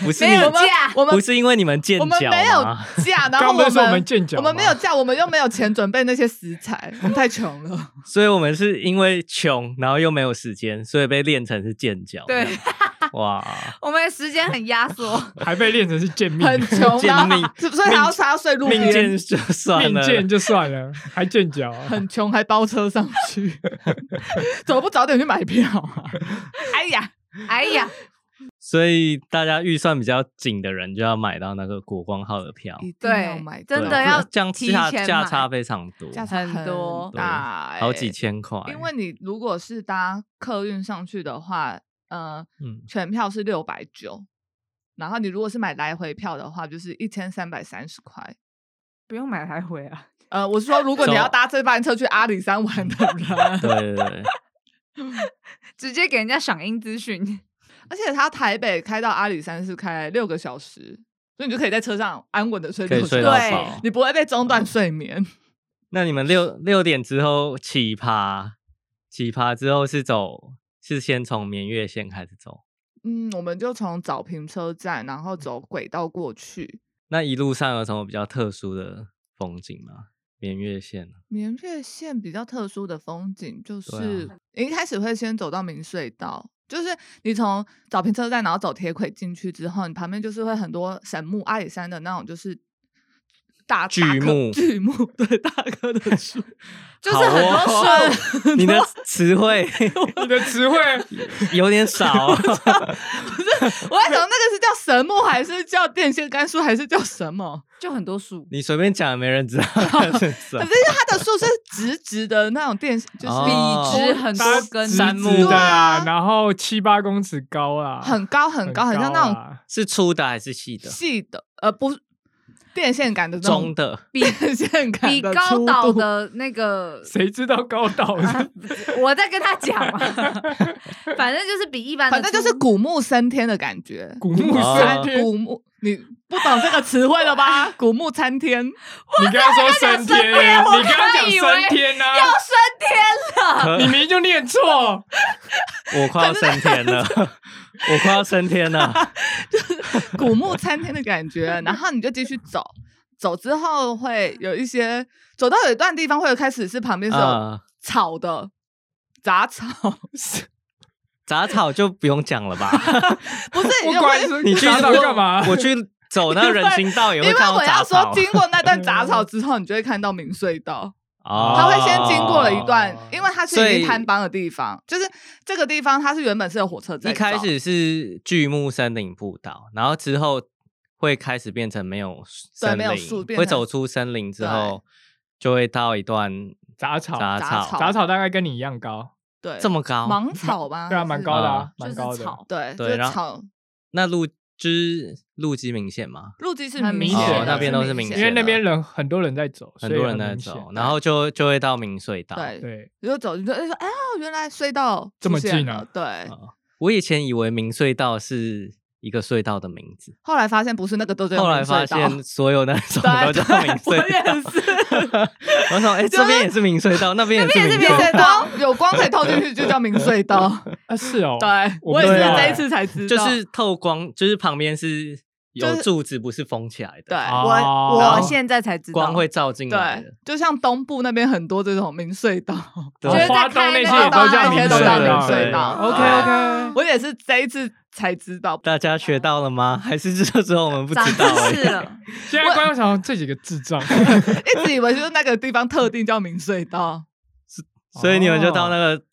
Speaker 3: 不是
Speaker 2: 没
Speaker 3: 你
Speaker 2: 有
Speaker 1: 我
Speaker 3: 们
Speaker 1: 们
Speaker 2: 假
Speaker 1: 我们
Speaker 3: 不是因为你们健
Speaker 1: 我们
Speaker 3: 脚
Speaker 1: 没有
Speaker 3: 吗？
Speaker 1: 假，然后
Speaker 4: 刚
Speaker 1: 我
Speaker 4: 不是说我
Speaker 1: 们
Speaker 4: 们健脚
Speaker 1: 我们没有
Speaker 4: 吗
Speaker 1: 假，我们又没有钱准备那些食材，我们太穷 了。
Speaker 3: 所以我们是因为穷，然后又没有时间，所以被练成是健脚。
Speaker 2: 对，
Speaker 3: 哇，
Speaker 2: 我们的时间很压缩。
Speaker 4: 还被练成是贱命，
Speaker 1: 很穷，
Speaker 3: 贱
Speaker 1: 然后
Speaker 3: 命
Speaker 1: 是所以还要还要睡路
Speaker 3: 命
Speaker 1: 边，
Speaker 3: 健就 算
Speaker 4: 命
Speaker 3: 了，
Speaker 4: 贱就算了，还健脚、啊，
Speaker 1: 很穷还包车上 去，怎么不早点去买票啊？
Speaker 2: 哎呀，哎呀，
Speaker 3: 所以大家预算比较紧的人就要买到那个国光号的票，
Speaker 1: 一定嗯要
Speaker 2: 对
Speaker 1: 买，
Speaker 2: 真
Speaker 3: 对啊
Speaker 2: 的要
Speaker 3: 这样
Speaker 2: 提
Speaker 3: 价
Speaker 2: 前
Speaker 3: 价
Speaker 2: 买
Speaker 3: 差非常多，
Speaker 1: 价
Speaker 3: 对
Speaker 1: 差
Speaker 2: 很多
Speaker 1: 大、欸
Speaker 3: 好几。千块，
Speaker 1: 因为你如果是搭客运上去的话，呃，
Speaker 3: 嗯
Speaker 1: 全票是六百九，然后你如果是买来回票的话，就是一千三百三十块。
Speaker 2: 不用买来回啊。
Speaker 1: 呃，我是说，如果你
Speaker 3: 走
Speaker 1: 要搭这班车去阿里山玩的人，
Speaker 3: 对对对，
Speaker 2: 直接给人家赏樱资讯，
Speaker 1: 而且他台北开到阿里山是开六个小时，所以你就可以在车上安稳的睡
Speaker 3: 可以
Speaker 1: 六
Speaker 3: 睡
Speaker 1: 小
Speaker 3: 到
Speaker 1: 时
Speaker 2: 对
Speaker 3: 饱。嗯
Speaker 1: 你不会被中断睡眠。
Speaker 3: 那你们六六点之后起爬，起爬之后是走是先从绵月线开始走，
Speaker 1: 嗯，我们就从早平车站，然后走轨道过去。
Speaker 3: 那一路上有什么比较特殊的风景吗？绵月线 啊
Speaker 1: 明月线比较特殊的风景就
Speaker 3: 对啊
Speaker 1: 是，你一开始会先走到明隧道，就是你从早平车站，然后走铁轨进去之后，你旁边就是会很多神木，阿里山的那种就是大大
Speaker 3: 巨
Speaker 1: 棵
Speaker 3: 木
Speaker 1: 巨木，对，大棵的树，
Speaker 2: 就是很多
Speaker 3: 好
Speaker 2: 顺，
Speaker 3: 哦，你的词汇
Speaker 4: 你的词汇
Speaker 3: 有 点少哦，
Speaker 1: 我在想那个是叫神木还是叫电线杆树还是叫什 么？
Speaker 2: 就很多树。
Speaker 3: 你随便讲也没 人知道是什
Speaker 1: 可
Speaker 3: 么
Speaker 1: 是因为它的树是直直的那种电，就是
Speaker 3: 哦
Speaker 2: 笔直很多
Speaker 4: 它
Speaker 2: 根
Speaker 4: 直
Speaker 3: 杉木
Speaker 4: 直的
Speaker 1: 对啊
Speaker 4: 啊，然后七八公尺高啊，
Speaker 1: 很高很高，很像那种
Speaker 4: 啊
Speaker 3: 是粗的还是细的？
Speaker 1: 细的，呃，不是电线杆的那种
Speaker 3: 中的。
Speaker 2: 比
Speaker 1: 电线杆
Speaker 2: 比
Speaker 1: 的
Speaker 2: 高
Speaker 1: 粗
Speaker 2: 岛
Speaker 1: 度
Speaker 2: 的那个，
Speaker 4: 谁知道高岛
Speaker 2: 啊
Speaker 4: 是？
Speaker 2: 不是我在跟他讲嘛，反正就是比一般的
Speaker 1: 反
Speaker 2: 粗，
Speaker 1: 正就是古木升天的感觉。
Speaker 4: 古木
Speaker 3: 啊
Speaker 4: 三天，
Speaker 1: 古木，你不懂这个词汇了 吧？古木参天，
Speaker 4: 你刚刚说
Speaker 2: 刚
Speaker 4: 三
Speaker 2: 讲升
Speaker 4: 天，
Speaker 2: 天我
Speaker 4: 你刚刚
Speaker 2: 刚
Speaker 4: 讲
Speaker 2: 以为
Speaker 4: 三天呐，
Speaker 2: 要升天了。
Speaker 3: 可
Speaker 4: 你明明就念错，
Speaker 3: 我快要升 天了，我快要升天了。
Speaker 1: 古木参天的感觉。 然后你就继续走，走之后会有一些走到有一段地方会有开始是旁边是有
Speaker 3: 嗯，
Speaker 1: 草的杂草，
Speaker 3: 杂草就不用讲了 吧？
Speaker 1: 不是
Speaker 4: 我
Speaker 1: 因
Speaker 4: 管
Speaker 1: 为
Speaker 3: 你去
Speaker 4: 杂草
Speaker 3: 我
Speaker 4: 干嘛
Speaker 3: 我去走那人行道也
Speaker 1: 因
Speaker 3: 会
Speaker 1: 为
Speaker 3: 看到
Speaker 1: 我
Speaker 3: 杂
Speaker 1: 要
Speaker 3: 草啊
Speaker 1: 说。经过那段杂草之后，你就会看到明隧道。
Speaker 3: 哦
Speaker 1: 他会先经过了一段
Speaker 4: 哦，
Speaker 1: 因为它是
Speaker 3: 所以
Speaker 1: 已经摊帮的地方，就是这个地方它是原本是有火车站
Speaker 3: 一
Speaker 1: 造，
Speaker 3: 开始是巨木森林步道，然后之后会开始变成没有森林，
Speaker 1: 没有树变成
Speaker 3: 会走出森林之后，就会到一段
Speaker 4: 杂草
Speaker 3: 杂
Speaker 1: 杂草
Speaker 4: 杂草大概跟你一样高，
Speaker 1: 对
Speaker 3: 这么高。
Speaker 1: 芒草吧，
Speaker 4: 对啊，
Speaker 1: 还
Speaker 4: 蛮
Speaker 1: 是
Speaker 4: 高的啊
Speaker 3: 啊，
Speaker 2: 就
Speaker 4: 蛮
Speaker 2: 是
Speaker 4: 高的。
Speaker 2: 草，
Speaker 1: 对，就
Speaker 3: 对
Speaker 1: 是
Speaker 3: 然后
Speaker 1: 草
Speaker 3: 那路之路基明线吗？
Speaker 1: 路基是
Speaker 2: 很
Speaker 1: 明
Speaker 2: 明显
Speaker 1: 显的，
Speaker 2: 哦那边
Speaker 3: 都是明
Speaker 4: 因为
Speaker 3: 显的
Speaker 4: 那边人很多人在走，
Speaker 3: 很
Speaker 4: 所以
Speaker 3: 多人在
Speaker 4: 明显
Speaker 3: 走，然后就就会到明隧道。
Speaker 1: 对，
Speaker 4: 对，
Speaker 1: 你就走，你就哎说，哎呀，原来隧道
Speaker 4: 这么
Speaker 1: 出现
Speaker 4: 近啊
Speaker 1: 了对，
Speaker 3: 我以前以为明隧道是一个隧道的名字。
Speaker 1: 后来发现不是那个都叫
Speaker 3: 后来
Speaker 1: 明
Speaker 3: 发
Speaker 1: 隧道
Speaker 3: 现所有那种都
Speaker 1: 对
Speaker 3: 叫
Speaker 1: 对
Speaker 3: 明
Speaker 1: 我
Speaker 3: 隧
Speaker 1: 也
Speaker 3: 道。 我想说，哎、这边也是明隧道，那边也是
Speaker 2: 那边也是
Speaker 3: 明
Speaker 2: 明隧
Speaker 3: 隧
Speaker 2: 道
Speaker 1: 有光有光可以透进去就叫明隧道。
Speaker 4: 啊，是哦，
Speaker 1: 对，
Speaker 4: 我
Speaker 1: 我也
Speaker 4: 不
Speaker 1: 是
Speaker 4: 知道
Speaker 1: 这
Speaker 4: 欸
Speaker 1: 一次才知道，
Speaker 3: 就是透光，就是旁边是
Speaker 1: 就
Speaker 3: 有
Speaker 1: 是
Speaker 3: 柱子，不是封起来的，
Speaker 1: 对
Speaker 4: 啊
Speaker 2: 我
Speaker 4: 哦
Speaker 2: 我现在才知道，
Speaker 3: 光会照进来
Speaker 1: 对
Speaker 3: 的。，
Speaker 1: 就像东部那边很多这种明隧道，
Speaker 3: 对啊
Speaker 2: 就是
Speaker 4: 哦
Speaker 2: 在
Speaker 4: 花东
Speaker 2: 开
Speaker 4: 那
Speaker 2: 那
Speaker 4: 些
Speaker 2: 个
Speaker 4: 也都
Speaker 2: 花
Speaker 4: 叫
Speaker 2: 东
Speaker 4: 明
Speaker 2: 那些都叫明
Speaker 1: 隧道
Speaker 4: OK OK，
Speaker 1: 我也是这一次才知道。
Speaker 3: 大家学到了吗？ 还是这时候我们不知
Speaker 2: 长
Speaker 3: 道、
Speaker 2: 知识
Speaker 3: 欸？
Speaker 2: 了。
Speaker 4: 现在观众想说这几个智障，
Speaker 1: 一直以为就是那个地方特定叫明隧 道，
Speaker 3: 所以你们就到那个、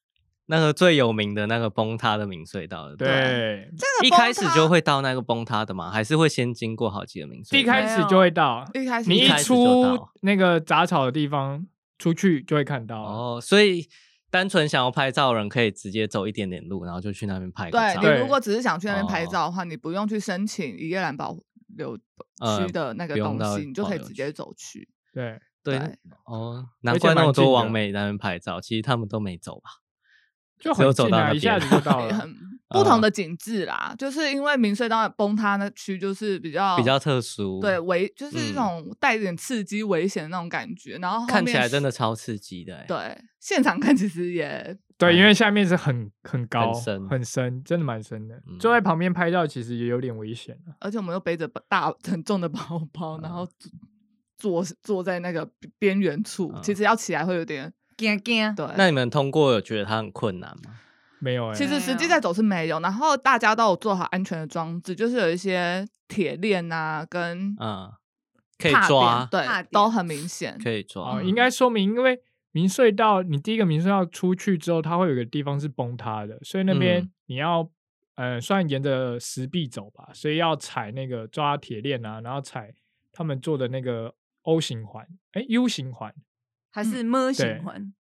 Speaker 3: 那个最有名的那个崩塌的明隧道了。
Speaker 4: 对，
Speaker 3: 一开始就会到那个崩塌的嘛，还是会先经过好几个名
Speaker 4: 一
Speaker 3: 隧道？
Speaker 4: 开始就会到，
Speaker 1: 一开始
Speaker 4: 你
Speaker 3: 一
Speaker 4: 一
Speaker 3: 开始就
Speaker 4: 出
Speaker 3: 到
Speaker 4: 那个杂草的地方出去就会看到。
Speaker 3: 哦，所以单纯想要拍照的人可以直接走一点点路，然后就去那边拍个
Speaker 1: 对
Speaker 3: 照。
Speaker 1: 你
Speaker 4: 对
Speaker 1: 如果只是想去那边
Speaker 3: 哦
Speaker 1: 拍照的话，你不用去申请一夜兰保留
Speaker 3: 呃
Speaker 1: 区的那个
Speaker 3: 不用
Speaker 1: 东
Speaker 3: 到
Speaker 1: 西，你就可以直
Speaker 3: 保留
Speaker 1: 接
Speaker 3: 区
Speaker 1: 走去。
Speaker 4: 对，
Speaker 3: 对
Speaker 1: 对
Speaker 3: 哦，难
Speaker 4: 而且
Speaker 3: 怪那
Speaker 4: 蛮
Speaker 3: 么
Speaker 4: 近
Speaker 3: 多
Speaker 4: 的
Speaker 3: 网美在那边拍照，其实他们都没走吧？
Speaker 4: 就
Speaker 3: 只有
Speaker 4: 很
Speaker 3: 走
Speaker 4: 近
Speaker 3: 到
Speaker 4: 啊，
Speaker 3: 那
Speaker 4: 一下
Speaker 3: 边
Speaker 4: 子 就到
Speaker 1: 对
Speaker 4: 了。
Speaker 1: 很不
Speaker 3: 呃
Speaker 1: 同的景致啦，就是因为明隧道崩塌那区就是比较
Speaker 3: 比较特殊，
Speaker 1: 哦对危，就是一
Speaker 3: 嗯
Speaker 1: 种带点刺激、危险的那种感觉。然后后
Speaker 3: 看起
Speaker 1: 面
Speaker 3: 来真
Speaker 1: 是
Speaker 3: 的超刺激的、欸。，
Speaker 1: 对，现场看其实也
Speaker 4: 对，因为下面是很很高、
Speaker 3: 嗯深
Speaker 4: 很深，真的蛮深的
Speaker 3: 嗯。
Speaker 4: 坐在旁边拍照其实也有点危险啊。
Speaker 1: 而且我们又背着大 很重的包包，然
Speaker 3: 嗯
Speaker 1: 后坐坐在那个边缘处，
Speaker 3: 嗯
Speaker 1: 其实要起来会有点
Speaker 2: 惊惊，
Speaker 1: 对。
Speaker 3: 那你们通过有觉得它很困难吗？
Speaker 4: 没有哎、
Speaker 1: 其实实
Speaker 2: 没
Speaker 1: 际
Speaker 2: 有
Speaker 3: 啊
Speaker 1: 在走是没有，然后大家都有做好安全的装置，就是有一些铁链啊，跟
Speaker 3: 嗯，可以
Speaker 1: 踏
Speaker 3: 抓，
Speaker 1: 点
Speaker 2: 踏
Speaker 1: 对，都
Speaker 2: 点
Speaker 1: 很 明显。
Speaker 3: 可以抓
Speaker 4: 哦，，应该说明，因为明隧道，你第一个明隧道出去之后，它会有一个地方是崩塌的，所以那边
Speaker 3: 嗯
Speaker 4: 你要、呃，算沿着石壁走吧，所以要踩那个抓铁链啊，然后踩他们做的那个 O 型环，哎、u 型环
Speaker 2: 还是么
Speaker 4: 对
Speaker 2: 型环？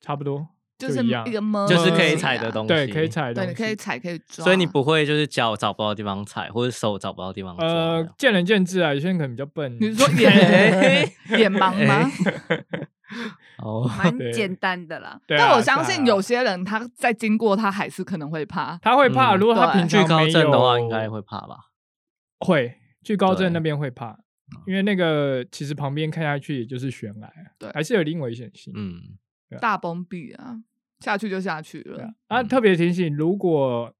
Speaker 4: 差不多，
Speaker 1: 就是
Speaker 4: 一样，
Speaker 1: 一个么，
Speaker 3: 啊就是可
Speaker 4: 呃
Speaker 3: 以踩的东西，
Speaker 4: 对，可以。踩的
Speaker 1: 对，
Speaker 4: 东
Speaker 1: 你
Speaker 4: 西，
Speaker 1: 可以踩，可以嗯抓。
Speaker 3: 所以你不会就是脚找不到地方踩，或者手找不到地方抓。
Speaker 4: 呃，见仁见智啊，有些人可能比较笨。
Speaker 1: 你是 说哎眼 眼盲吗？
Speaker 3: 哦，
Speaker 2: 蛮
Speaker 4: 对
Speaker 2: 简单的啦。
Speaker 4: 对啊
Speaker 1: 但我相信有
Speaker 4: 是啊
Speaker 1: 些人他在经过，他还是可能会怕。
Speaker 4: 他会怕，
Speaker 3: 嗯
Speaker 4: 如果他
Speaker 1: 对啊
Speaker 4: 平
Speaker 3: 惧
Speaker 4: 常
Speaker 3: 高
Speaker 4: 没
Speaker 3: 症的话，
Speaker 4: 有
Speaker 3: 应该会怕吧？
Speaker 4: 会，去高
Speaker 3: 对
Speaker 4: 镇那边会怕，因为那个其实旁边看下去也就是悬崖啊，
Speaker 1: 对
Speaker 4: 还是有一定危险性。
Speaker 3: 嗯，
Speaker 1: 大崩壁啊，下去就下去了。
Speaker 4: 啊，
Speaker 3: 嗯
Speaker 4: 特别提醒，如果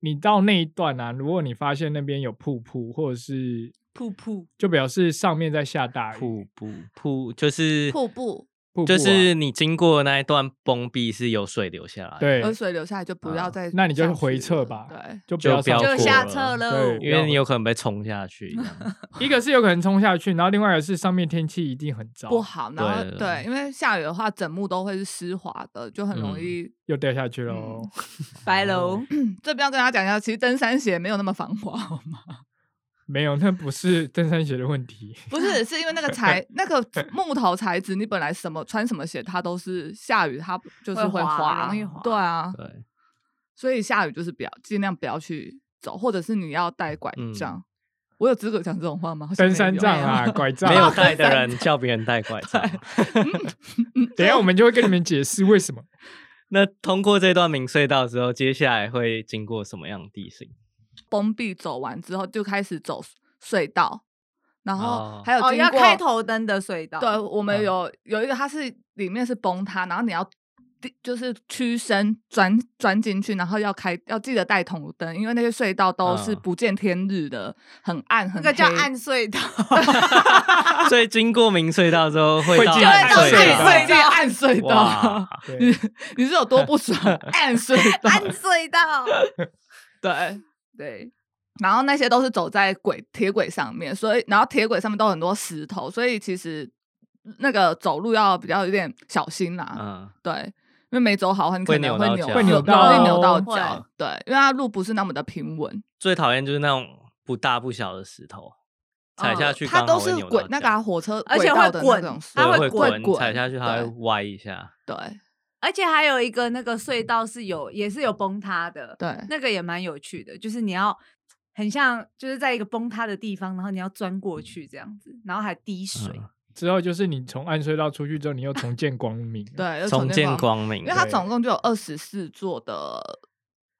Speaker 4: 你到那一段啊，如果你发现那边有瀑布或者是
Speaker 2: 瀑布，
Speaker 4: 就表示上面在下大雨，
Speaker 3: 瀑布瀑就是
Speaker 1: 瀑布，
Speaker 4: 瀑布啊
Speaker 3: 就是你经过的那一段崩壁是有水流下来，，
Speaker 4: 啊对，啊
Speaker 1: 有水流下来就不要再、
Speaker 4: 那你就是回撤吧
Speaker 1: 对，
Speaker 4: 就不
Speaker 3: 就
Speaker 4: 要
Speaker 3: 不要
Speaker 4: 上去
Speaker 2: 就
Speaker 3: 过
Speaker 2: 下
Speaker 3: 了
Speaker 2: 撤喽
Speaker 4: 对，
Speaker 3: 因为你有可能被冲下去这样。
Speaker 4: 一个是有可能冲下去，然后另外一个是上面天气一定很糟，
Speaker 1: 不好。然后
Speaker 3: 对
Speaker 1: 对
Speaker 3: 对
Speaker 1: 因为下雨的话，整幕都会是湿滑的，就很容
Speaker 4: 嗯
Speaker 1: 易。
Speaker 4: 又掉下去喽。
Speaker 2: 白楼
Speaker 1: 嗯这边要跟大家讲一下，其实登山鞋没有那么防滑，哦好吗？
Speaker 4: 没有，那不是登山鞋的问题。
Speaker 1: 不是，是因为那个材、那 个木头材质，你本来什么穿什么鞋，它都是下雨，它就是
Speaker 2: 会滑
Speaker 1: 滑，
Speaker 2: 容易滑
Speaker 1: 对啊，
Speaker 3: 对，
Speaker 1: 所以下雨就是不要尽量不要去走，或者是你要带拐
Speaker 3: 嗯
Speaker 1: 杖。我有资格讲这种话吗？好像
Speaker 4: 登山
Speaker 1: 没有
Speaker 4: 杖啊，拐杖
Speaker 3: 没有
Speaker 4: 啊，
Speaker 3: 带的人叫别人带拐杖。
Speaker 4: 等
Speaker 1: 啊
Speaker 4: 一下我们就会跟你们解释为什么。
Speaker 3: 那通过这段明隧道之后，接下来会经过什么样的地形？
Speaker 1: 封闭走完之后，就开始走隧道，然后
Speaker 3: 哦
Speaker 1: 还有
Speaker 2: 哦，
Speaker 1: 经
Speaker 2: 要
Speaker 1: 过
Speaker 2: 开头灯的隧道，
Speaker 1: 对，我们
Speaker 4: 嗯
Speaker 1: 有、有一个，它是里面是崩塌，然后你要地就是屈身钻钻进去，然后要开要记得带头灯，因为那些隧道都是
Speaker 3: 嗯
Speaker 1: 不见天日的，很暗很
Speaker 2: 那
Speaker 1: 黑。
Speaker 2: 个叫暗隧道，
Speaker 3: 所以经过明隧道之后会
Speaker 4: 会
Speaker 3: 到
Speaker 4: 进
Speaker 3: 暗
Speaker 2: 入
Speaker 3: 隧
Speaker 2: 隧
Speaker 3: 道
Speaker 2: 道
Speaker 1: 对，啊这个暗隧道
Speaker 3: 哇，
Speaker 1: 你
Speaker 4: 对，
Speaker 1: 你是有多不 爽？暗隧道，
Speaker 2: 暗隧道，
Speaker 1: 对。
Speaker 2: 对，
Speaker 1: 然后那些都是走在轨铁轨上面，所以然后铁轨上面都有很多石头，所以其实那个走路要比较有点小心啦。
Speaker 3: 嗯，
Speaker 1: 对，因为没走好的话，你可
Speaker 3: 会
Speaker 1: 能
Speaker 3: 扭
Speaker 1: 会
Speaker 3: 到
Speaker 1: 扭，
Speaker 3: 脚
Speaker 4: 会扭
Speaker 1: 有容易
Speaker 4: 到
Speaker 1: 扭到
Speaker 2: 会
Speaker 1: 脚。对，因为它路不是那么的平稳，
Speaker 3: 最讨厌就是那种不大不小的石头，踩下去
Speaker 1: 哦它
Speaker 3: 刚好
Speaker 1: 都
Speaker 3: 会
Speaker 1: 是
Speaker 3: 扭
Speaker 1: 轨
Speaker 3: 到
Speaker 1: 那
Speaker 3: 脚
Speaker 1: 个啊火车
Speaker 2: 而
Speaker 1: 轨
Speaker 2: 且
Speaker 1: 道的
Speaker 2: 会
Speaker 1: 那
Speaker 2: 滚
Speaker 1: 种石
Speaker 2: 它
Speaker 3: 对
Speaker 1: 头，
Speaker 2: 会
Speaker 3: 滚，
Speaker 1: 滚，
Speaker 3: 踩下去它会
Speaker 1: 对
Speaker 3: 歪一下。
Speaker 1: 对
Speaker 2: 而且还有一个那个隧道是有也是有崩塌的，
Speaker 1: 对
Speaker 2: 那个也蛮有趣的，就是你要很像就是在一个崩塌的地方，然后你要钻过去这样子，然后还滴水，
Speaker 3: 嗯
Speaker 4: 之后就是你从暗隧道出去之后，你又重见光明。
Speaker 1: 对，又
Speaker 3: 重见
Speaker 1: 光，
Speaker 3: 光明
Speaker 1: 哦因为，它
Speaker 4: 对
Speaker 1: 总共就有二十四座的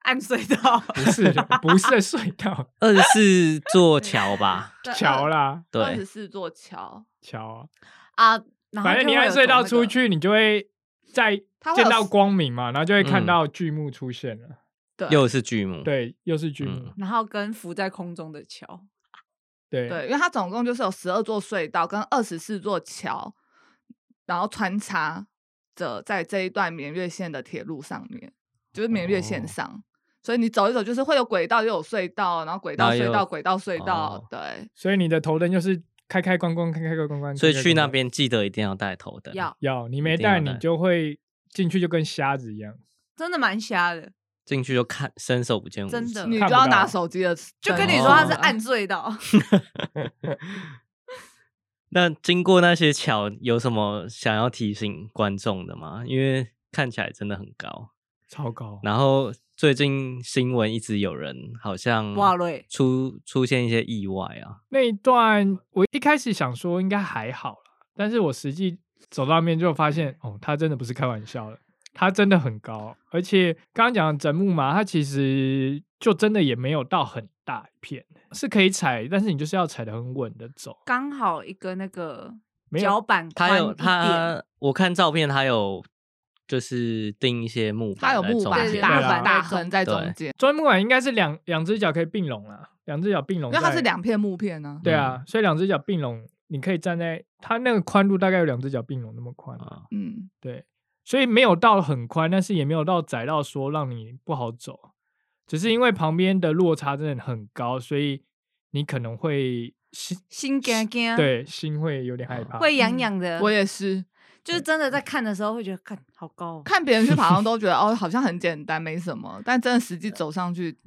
Speaker 2: 按隧 道
Speaker 4: 不是不是隧道
Speaker 3: 二十四座桥吧，
Speaker 4: 桥啦
Speaker 1: 二十
Speaker 3: 对，
Speaker 1: 四座桥，
Speaker 4: 桥啊，
Speaker 2: 啊，然后
Speaker 4: 反正
Speaker 2: 就
Speaker 4: 你
Speaker 2: 会
Speaker 4: 按
Speaker 2: 有
Speaker 4: 隧道
Speaker 2: 走那
Speaker 4: 出
Speaker 2: 个，
Speaker 4: 去，你就会在
Speaker 1: 它会
Speaker 4: 见
Speaker 1: 有
Speaker 4: 到光明嘛，然后就会看
Speaker 3: 嗯
Speaker 4: 到剧目出现了。
Speaker 1: 对
Speaker 3: 又是剧目，，
Speaker 4: 对，又是剧目
Speaker 3: 嗯，
Speaker 2: 然后跟浮在空中的桥，
Speaker 4: 对
Speaker 1: 对，因为它总共就是有十二座隧道跟二十四座桥，然后穿插着在这一段绵月线的铁路上面，就是绵月线
Speaker 3: 哦
Speaker 1: 上。所以你走一走，就是会有轨道，又有隧道，然后轨
Speaker 3: 然
Speaker 1: 道
Speaker 3: 后又
Speaker 1: 隧
Speaker 3: 有
Speaker 1: 道，轨道隧道，
Speaker 3: 哦
Speaker 1: 对，
Speaker 4: 所以你的头灯就是开开关关，开开关关关。
Speaker 3: 所以
Speaker 4: 开开
Speaker 3: 去
Speaker 4: 关
Speaker 3: 那
Speaker 4: 关
Speaker 3: 边记得一定要带头灯，
Speaker 2: 要
Speaker 4: 要你
Speaker 3: 一
Speaker 4: 没
Speaker 3: 定要
Speaker 4: 带，你
Speaker 3: 带
Speaker 4: 就会进去就跟瞎子一样，
Speaker 2: 真的蛮瞎的，
Speaker 3: 进去就看伸手不见五指，
Speaker 2: 真的
Speaker 1: 你
Speaker 4: 看
Speaker 1: 就
Speaker 4: 不
Speaker 1: 要
Speaker 4: 到
Speaker 1: 拿手机的，
Speaker 2: 就跟你
Speaker 1: 对
Speaker 2: 说它是
Speaker 1: 哦
Speaker 2: 按隧道，
Speaker 3: 那经过那些桥，有什么想要提醒观众的吗？因为看起来真的很高。
Speaker 4: 超高。
Speaker 3: 然后最近新闻一直有人好像
Speaker 2: 哇嘞
Speaker 3: 出出现一些意外啊，
Speaker 4: 那一段我一开始想说应该还好啦，但是我实际走到那边就发现，哦，它真的不是开玩笑的，它真的很高，而且刚刚讲的枕木马，它其实就真的也没有到很大一片，是可以踩，但是你就是要踩得很稳的走，
Speaker 2: 刚好一个那个
Speaker 4: 没有
Speaker 2: 脚板
Speaker 3: 他
Speaker 2: 宽一
Speaker 3: 有
Speaker 2: 点，
Speaker 3: 他，我看照片他有就是钉一些木
Speaker 1: 它
Speaker 3: 板
Speaker 1: 有
Speaker 3: 在
Speaker 1: 木
Speaker 3: 中
Speaker 1: 板、
Speaker 3: 间，
Speaker 1: 大
Speaker 4: 对啊
Speaker 1: 横、大横在中
Speaker 3: 对
Speaker 1: 间，
Speaker 4: 专木马应该是两两只脚可以并拢啦，两只脚并拢
Speaker 1: 因
Speaker 4: 在，
Speaker 1: 为它是两片木片呢、
Speaker 4: 对啊，所以两只脚并拢，你可以站在它那个宽度大概有两只脚并拢那么宽，
Speaker 3: 啊，
Speaker 1: 嗯，
Speaker 4: 对，所以没有到很宽，但是也没有到窄到说让你不好走，只是因为旁边的落差真的很高，所以你可能会心
Speaker 2: 心肝肝，，
Speaker 4: 对嗯心会有点害怕。
Speaker 2: 会痒痒的，
Speaker 1: 我也是
Speaker 2: 就是真的在
Speaker 4: 嗯
Speaker 2: 看的时候会觉得，看好高哦，
Speaker 1: 看别人去爬 山都觉得哦，好像很简单，没什么，但真的实际走上去，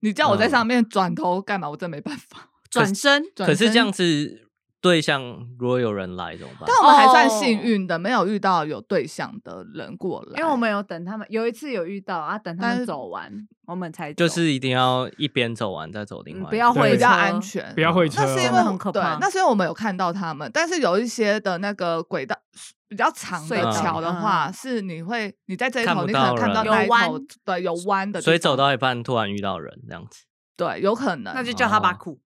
Speaker 1: 你叫我在
Speaker 3: 嗯
Speaker 1: 上面转头干嘛？我真没办法。
Speaker 2: 转身
Speaker 1: 转
Speaker 3: 可是
Speaker 1: 身
Speaker 3: 这样子对象如果有人来怎么办
Speaker 1: 但？我们还算
Speaker 2: 哦
Speaker 1: 幸运的，没有遇到有对象的人过来，
Speaker 2: 因为我们有等他们，有一次有遇到啊，等他
Speaker 1: 但
Speaker 2: 们
Speaker 1: 是
Speaker 2: 走完，我们才
Speaker 3: 就
Speaker 2: 走
Speaker 3: 是一定要一边走完再走另
Speaker 2: 嗯
Speaker 3: 外一边，
Speaker 2: 不要
Speaker 4: 对
Speaker 2: 回
Speaker 1: 比较
Speaker 2: 车
Speaker 1: 安。全
Speaker 4: 不。要会车
Speaker 1: 那
Speaker 4: 哦，
Speaker 1: 是因
Speaker 2: 真
Speaker 1: 为
Speaker 2: 的
Speaker 1: 我
Speaker 2: 很可怕
Speaker 1: 对，那是因为我们有看到他们，但是有一些的那个轨道比较长的
Speaker 2: 隧嗯
Speaker 3: 道
Speaker 1: 桥的话，是你会你在这一
Speaker 3: 看
Speaker 1: 头，
Speaker 3: 不
Speaker 1: 你可能
Speaker 3: 到
Speaker 1: 看到
Speaker 3: 人
Speaker 1: 那一
Speaker 2: 有弯
Speaker 1: 头，对，有弯的地方，
Speaker 3: 所以走到一半突然遇到人这样子，
Speaker 1: 对，有可能，
Speaker 2: 那就叫他把
Speaker 3: 哦
Speaker 2: 苦，